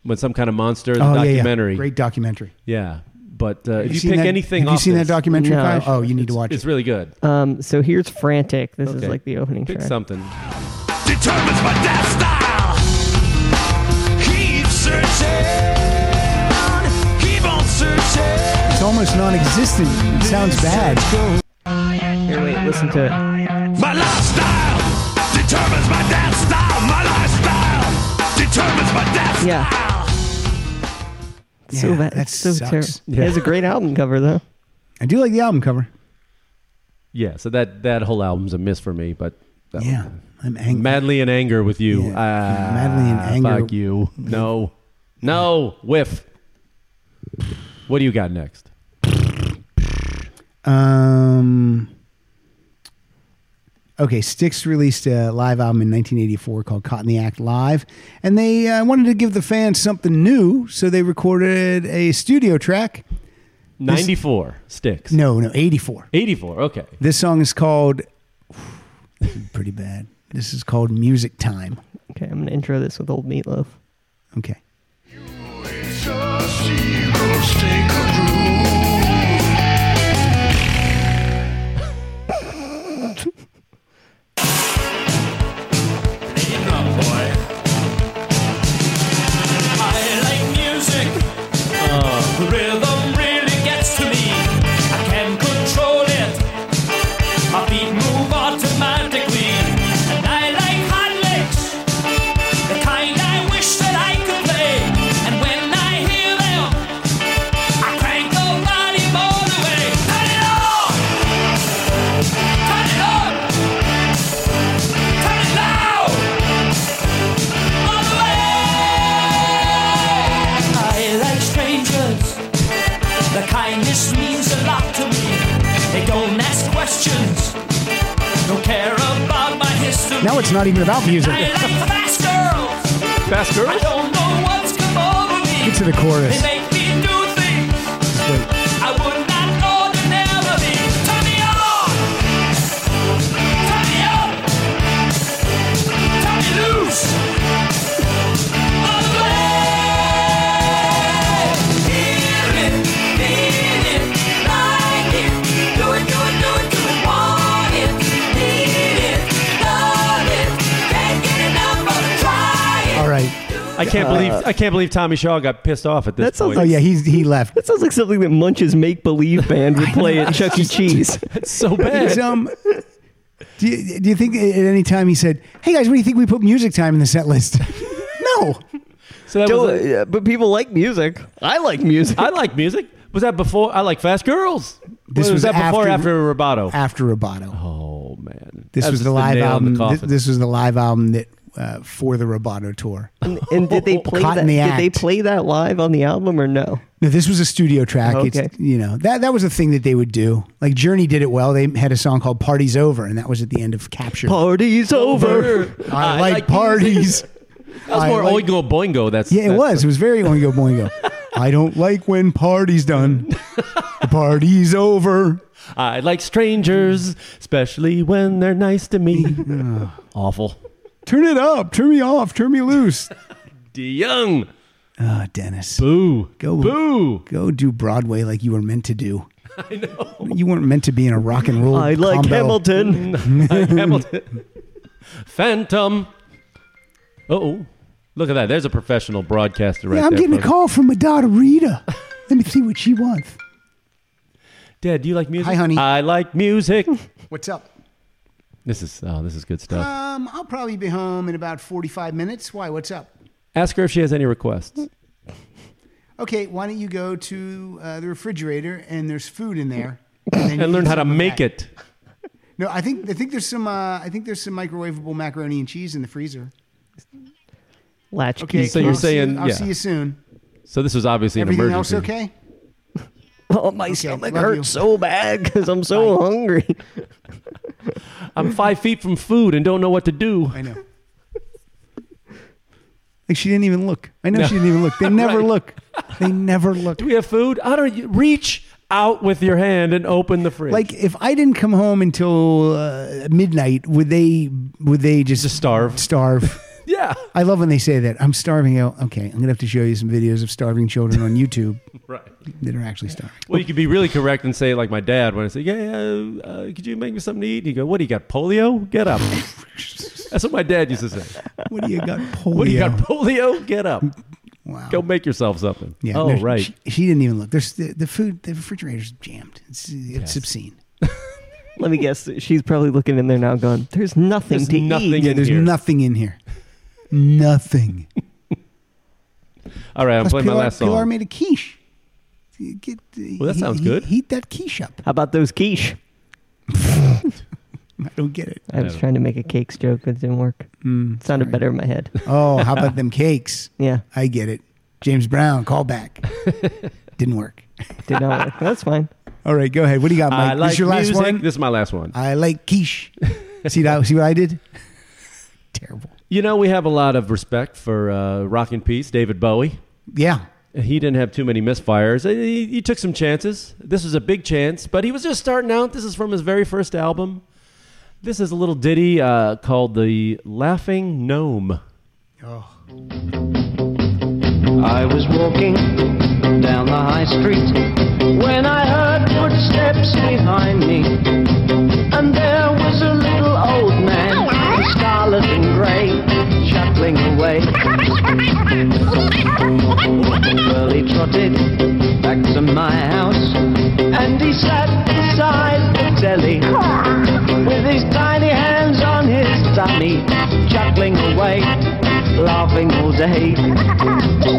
D: when some kind of monster, the
C: Oh, yeah, yeah.
D: documentary,
C: Great documentary.
D: yeah. But uh, if
C: you
D: you,
C: seen
D: pick
C: that-
D: anything,
C: have you
D: off
C: seen that
D: this-
C: documentary, No. Kyle? Oh, you need to
D: It's-
C: watch Oh,
D: It's really good.
E: Um, so here's "Frantic." This is
D: Okay.
E: like the opening
D: Pick
E: track.
D: something.
A: Determines my death style. Keep searching. Keep on searching.
C: It's almost non-existent. It sounds bad.
E: Here, wait, listen to it.
A: My lifestyle determines my death style. My lifestyle determines my death
E: Yeah.
A: style.
E: so bad.
C: that
E: It's so
C: sucks.
E: terrible.
C: Yeah.
E: It has a great album cover though.
C: I do like the album cover.
D: Yeah, so that that whole album's a miss for me, but that
C: Yeah,
D: one-
C: I'm angry.
D: madly in anger with you. Ah,
C: madly in anger.
D: Fuck you. No, no whiff. What do you got next?
C: Um. Okay, Styx released a live album in 1984 called Caught in the Act Live, and they uh, wanted to give the fans something new, so they recorded a studio track. This-
D: Ninety four sticks.
C: No, no, 84.
D: Eighty four. Okay.
C: This song is called pretty bad. This is called Music Time.
E: Okay, I'm gonna intro this with old meatloaf.
C: Okay.
A: I like music. The rhythm really gets to me. I can control it. My feet move automatically. And I like hot licks. The kind I wish that I could play. And when I hear them, I crank the volume all the way. Turn it on! Turn it on! Turn it loud! All the way! I like strangers. The kindness means a lot to me. They don't ask questions. Don't care about my history.
C: Now it's not even about music.
A: I like fast girls.
D: Fast
A: I don't know what's come over me.
C: Get to the chorus.
A: They make me do things
C: Wait.
A: I would not ordinarily. Turn me on. Turn me up. Turn me loose. All the way. Hear it, feel it, like it. Do it, do it, do it, do it. Want it, need it, love it. Can't get enough of it. Try it.
C: All right.
D: I can't believe
C: Uh,
D: I can't believe Tommy Shaw got pissed off at this
E: That sounds
D: point.
E: like- Oh, yeah,
C: he's, he left.
E: That sounds like something that Munch's make believe band would play at Chuck E. Cheese.
D: It's so
C: He's, um, do, you, do you think at any time he said, "Hey guys, what do you think we put music time in the set list?" no.
D: So that
E: Don't-
D: was
E: yeah, but people like music. I like music.
D: I like music. Was that before? I like Fast Girls.
C: This
D: was,
C: was
D: that before or
C: after-
D: after Roboto.
C: After Roboto.
D: Oh man,
C: This
D: That's
C: was
D: just
C: the live
D: nail in
C: album. thi-
D: The coffin.
C: this, was the live album that uh, for the Roboto tour.
E: And, and did they play
C: Caught
E: that?
C: in the
E: Did they
C: act.
E: play that live on the album or no?
C: No, this was a studio track.
E: Okay.
C: It's you know that that was a thing that they would do. Like Journey did it well. They had a song called "Party's Over," and that was at the end of Capture.
E: Party's over.
C: I, like, parties.
D: That was
C: I
D: more
C: like-
D: Oingo Boingo. That's
C: Yeah, it
D: that's-
C: was. It was very Oingo Boingo. I don't like when party's done. The party's over.
D: I like strangers, especially when they're nice to me. Awful.
C: Turn it up. Turn me off. Turn me loose.
D: De Young.
C: Ah, Dennis.
D: Boo.
C: Go.
D: Boo.
C: Go do Broadway like you were meant to do.
D: I know.
C: You weren't meant to be in a rock and roll.
E: I like
C: combo.
E: Hamilton.
D: Hamilton. Phantom. Oh, look at that. There's a professional broadcaster right
C: yeah, I'm
D: there.
C: getting a
D: folks.
C: call from my daughter Rita. Let me see what she wants.
D: Dad, do you like music?
C: Hi, honey.
D: I like music.
C: What's up?
D: this is oh, this is good stuff.
C: Um, I'll probably be home in about 45 minutes. Why? What's up?
D: Ask her if she has any requests.
C: Okay, why don't you go to uh, the refrigerator and there's food in there, and, then you
D: And learn
C: eat
D: how to
C: some of
D: make
C: that.
D: it.
C: No, I think I think there's some uh, I think there's some microwavable macaroni and cheese in the freezer.
E: Latchkey.
C: Okay,
D: So you're
C: I'll see you-
D: saying-
C: I'll
D: yeah.
C: see you soon.
D: So this was obviously an
C: Everything else
D: emergency.
C: okay?
E: Oh, my
C: Okay,
E: stomach
C: love
E: hurts
C: you.
E: so bad because I'm so hungry.
D: I'm five feet from food and don't know what to do.
C: I know. Like she didn't even look. I know
D: No.
C: she didn't even look. They never
D: Right.
C: look. They never look.
D: Do we have food? I don't. you- Reach out with your hand and open the fridge.
C: Like if I didn't come home until uh, midnight, would they would they just
D: Just starve.
C: starve?
D: yeah.
C: I love when they say that. I'm starving out. Okay, I'm gonna have to show you some videos of starving children on YouTube
D: Right.
C: that are actually starving.
D: Well, you could be really correct and say like my dad when I say, "Yeah, yeah, uh, could you make me something to eat?" And you go, "What do you got? Polio? Get up." That's what my dad used to say.
C: What do you got? Polio.
D: What do you got? Polio? Get up.
C: Wow.
D: Go make yourself something.
C: Oh. Yeah.
D: oh,
C: there's-
D: right.
C: She, she didn't even look. There's the, the food. The refrigerator's jammed. It's it's obscene.
E: Let me guess. She's probably looking in there now, going, "There's nothing
D: There's
E: to
D: nothing
E: eat."
D: in
C: Yeah. There's
D: here.
C: nothing in here. Nothing.
D: All right, I'm
C: Plus,
D: playing my
C: Pilar-
D: last song.
C: Pilar made a quiche. Get, well,
D: that sounds good.
C: Heat that quiche up.
E: How about those quiche?
C: I don't get it.
E: I was trying to make a cakes joke, but it didn't work. it sounded better in my head.
C: Oh, how about them cakes?
E: Yeah,
C: I get it. James Brown, call back. Didn't work.
E: did not work. That's fine.
C: All right, go ahead. What do you got, Mike?
D: I like
C: this your last
D: music.
C: one? Uh,
D: This is my last one.
C: I like quiche. see that? See what I did? Terrible.
D: You know, we have a lot of respect for uh, rock and peace, David Bowie.
C: Yeah.
D: He didn't have too many misfires. He, he took some chances. This was a big chance, but he was just starting out. This is from his very first album. This is a little ditty uh, called "The Laughing Gnome."
M: Oh. I was walking down the high street when I heard footsteps behind me. And there was a little old man in scarlet and gray, chuckling away. Well, he trotted back to my house and he sat beside the telly with his tiny hands on his tummy, chuckling away, laughing all day.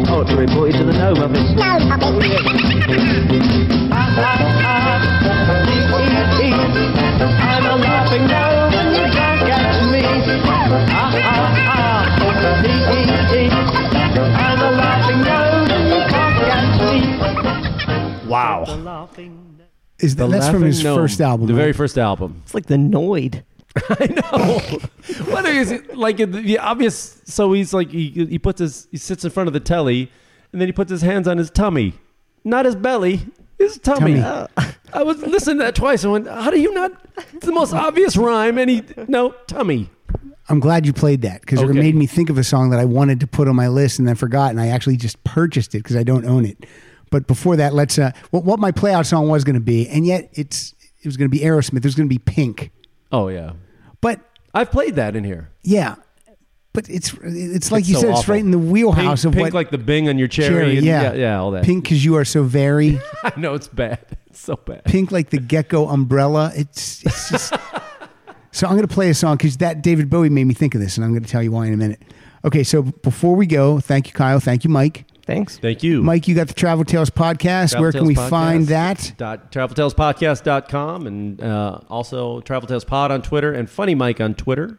M: Poetry brought you to the gnome of it. I'm a laughing gnome and you can't catch me. Ah, ah, ah. Hee, hee, hee. I'm a laughing gnome and you can't catch me.
D: Wow,
M: Laughing
C: Is that, that's from
D: Laughing
C: his
D: Gnome,
C: first album.
D: the
C: right?
D: very first album.
E: It's like the Noid.
D: I know. What is it like the, the obvious? So he's like he, he puts his he sits in front of the telly, and then he puts his hands on his tummy, not his belly, his tummy.
C: Tummy.
D: Uh, I was listening to that twice. I went, how do you not? It's the most obvious rhyme, and he no tummy.
C: I'm glad you played that because it
D: Okay.
C: made me think of a song that I wanted to put on my list and then forgot, and I actually just purchased it because I don't own it. But before that, let's uh, what, what my playout song was going to be, and yet it's it was going to be Aerosmith. There's going to be Pink,
D: Oh yeah,
C: but
D: I've played that in here.
C: yeah, But it's it's like
D: It's
C: you
D: so
C: said, it's
D: awful.
C: right in the wheelhouse
D: pink,
C: of
D: pink
C: what
D: like the Bing on your cherry.
C: Cherry,
D: and-
C: yeah.
D: yeah, all that.
C: Pink because you are so very
D: I know it's bad. It's so bad.
C: pink like the gecko umbrella. It's it's just. so I'm gonna play a song because that David Bowie made me think of this, and I'm gonna tell you why in a minute. Okay, so before we go, thank you, Kyle. Thank you, Mike.
E: Thanks.
D: Thank you.
C: Mike. You got the Travel Tales podcast.
D: Travel
C: Where can
D: Tales
C: we
D: Podcast.
C: find that?
D: Dot, TravelTalesPodcast.com and uh, also Travel Tales Pod on Twitter and Funny Mike on Twitter.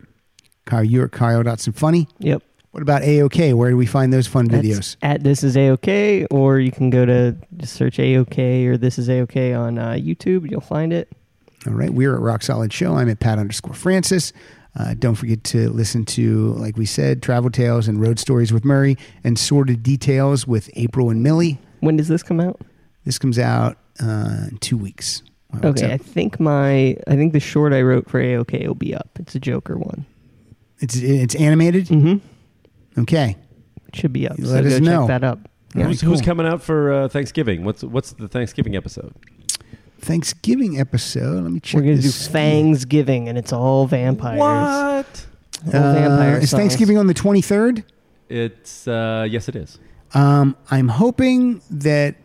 C: Kyle, you're at Kyle.Symphony.
E: Yep.
C: What about AOK? Where do we find those fun
E: That's
C: videos?
E: at this is aok, or you can go to just search aok or this is aok on uh, YouTube. You'll find it.
C: All right. We're at Rock Solid Show. I'm at Pat underscore Francis. Uh, don't forget to listen to, like we said, Travel Tales and Road Stories with Murray and Sorted Details with April and Millie.
E: When does this come out?
C: This comes out uh, in two weeks. Wow, what's
E: Okay, I
C: up?
E: think my I think the short I wrote for AOK will be up. It's a Joker one.
C: It's, it's animated?
E: Mm-hmm.
C: Okay.
E: It should be up.
C: You
E: so
C: let
E: go
C: us
E: check
C: know.
E: that up. Yeah.
D: Who's, who's coming out for uh, Thanksgiving? What's what's the Thanksgiving episode?
C: Thanksgiving episode. Let me check
E: We're gonna do
C: this.
E: Fangs Giving, and it's all vampires.
D: What?
E: All
C: Uh,
E: vampire
C: is
E: songs.
C: Thanksgiving on the 23rd?
D: It's uh, yes, it is.
C: Um, I'm hoping that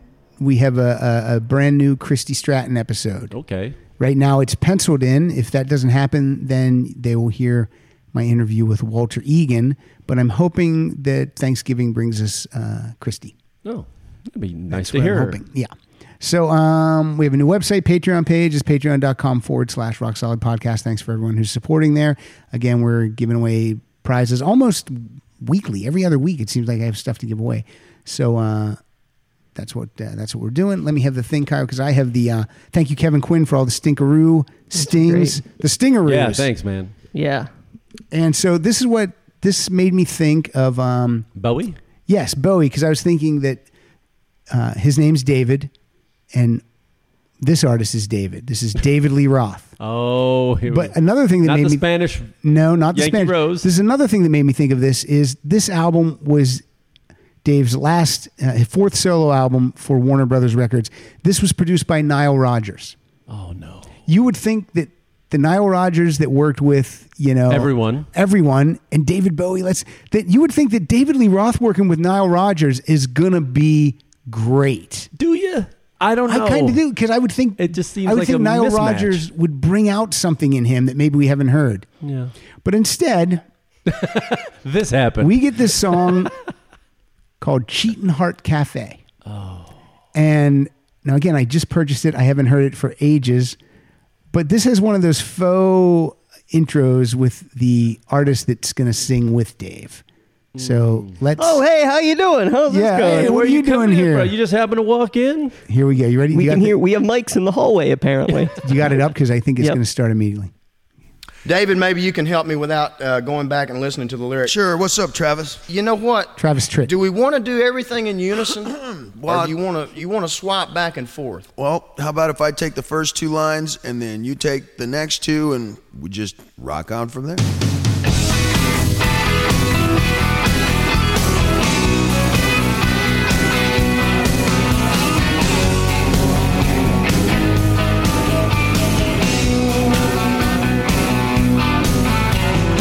C: we have a, a, a brand new Christy Stratton episode.
D: Okay.
C: Right now, it's penciled in. If that doesn't happen, then they will hear my interview with Walter Egan. But I'm hoping that Thanksgiving brings us uh, Christy.
D: No, that'd be
C: That's
D: nice to
C: what I'm
D: hear.
C: hoping. Yeah. So um, we have a new website, Patreon page is patreon.com forward slash rock solid podcast. Thanks for everyone who's supporting there. Again, we're giving away prizes almost weekly, every other week. It seems like I have stuff to give away. So uh, that's what uh, that's what we're doing. Let me have the thing, Kyle, because I have the uh, thank you, Kevin Quinn, for all the stinkaroo stings, the stingaroos.
D: Yeah, thanks, man.
E: Yeah.
C: And so this is what this made me think of. Um,
D: Bowie.
C: Yes, Bowie, because I was thinking that uh, his name's David, and this artist is David. This is David Lee Roth.
D: Oh, here we
C: But
D: go.
C: another thing that
D: not
C: made
D: the
C: me
D: Spanish.
C: no, not the
D: Yankee
C: Spanish
D: Rose.
C: This is another thing that made me think of this is this album was Dave's last uh, his fourth solo album for Warner Brothers Records. This was produced by Nile Rodgers.
D: Oh no.
C: You would think that the Nile Rodgers that worked with you know
D: Everyone.
C: everyone, and David Bowie. Let's that you would think that David Lee Roth working with Nile Rodgers is gonna be great.
D: Do you? I don't know.
C: I kind of do because I would think
D: It just seems
C: I would
D: like
C: think
D: a
C: Nile
D: mismatch.
C: Rodgers would bring out something in him that maybe we haven't heard.
D: Yeah.
C: But instead,
D: This happened.
C: we get this song called Cheatin' Heart Cafe. Oh. And now again, I just purchased it. I haven't heard it for ages. But this is one of those faux intros with the artist that's going to sing with Dave. So
D: Mm.
C: let's.
E: Oh hey, how you doing? How's
C: Yeah,
E: this going?
C: hey, what are you doing
D: coming in,
C: here?
D: bro? You just happen to walk in.
C: Here we go. You ready?
E: we
C: you
E: can
C: got
E: hear. We have mics in the hallway apparently.
C: The, you got it up because I think it's
E: Yep.
C: going to start immediately.
O: David, maybe you can help me without uh, going back and listening to the lyrics.
J: Sure, what's up, Travis?
O: You know what?
C: Travis Tritt.
O: Do we want to do everything in unison,
J: Well,
O: or do you want to you want to swap back and forth?
J: Well, how about if I take the first two lines and then you take the next two and we just rock on from there?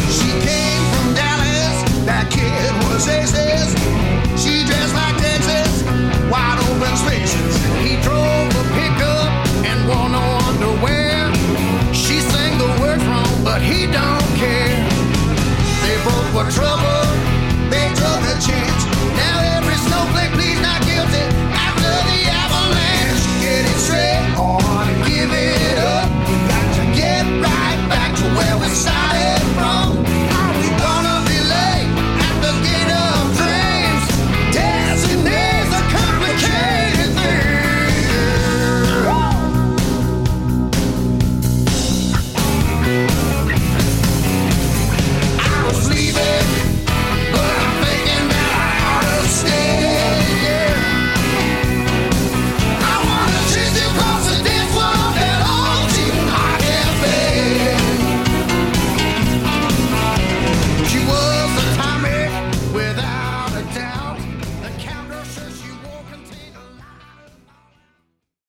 F: She came from Dallas, that kid was aces. She dressed like Texas, wide open spaces. He drove a pickup and wore no underwear. She sang the words wrong, but he don't care. They both were trouble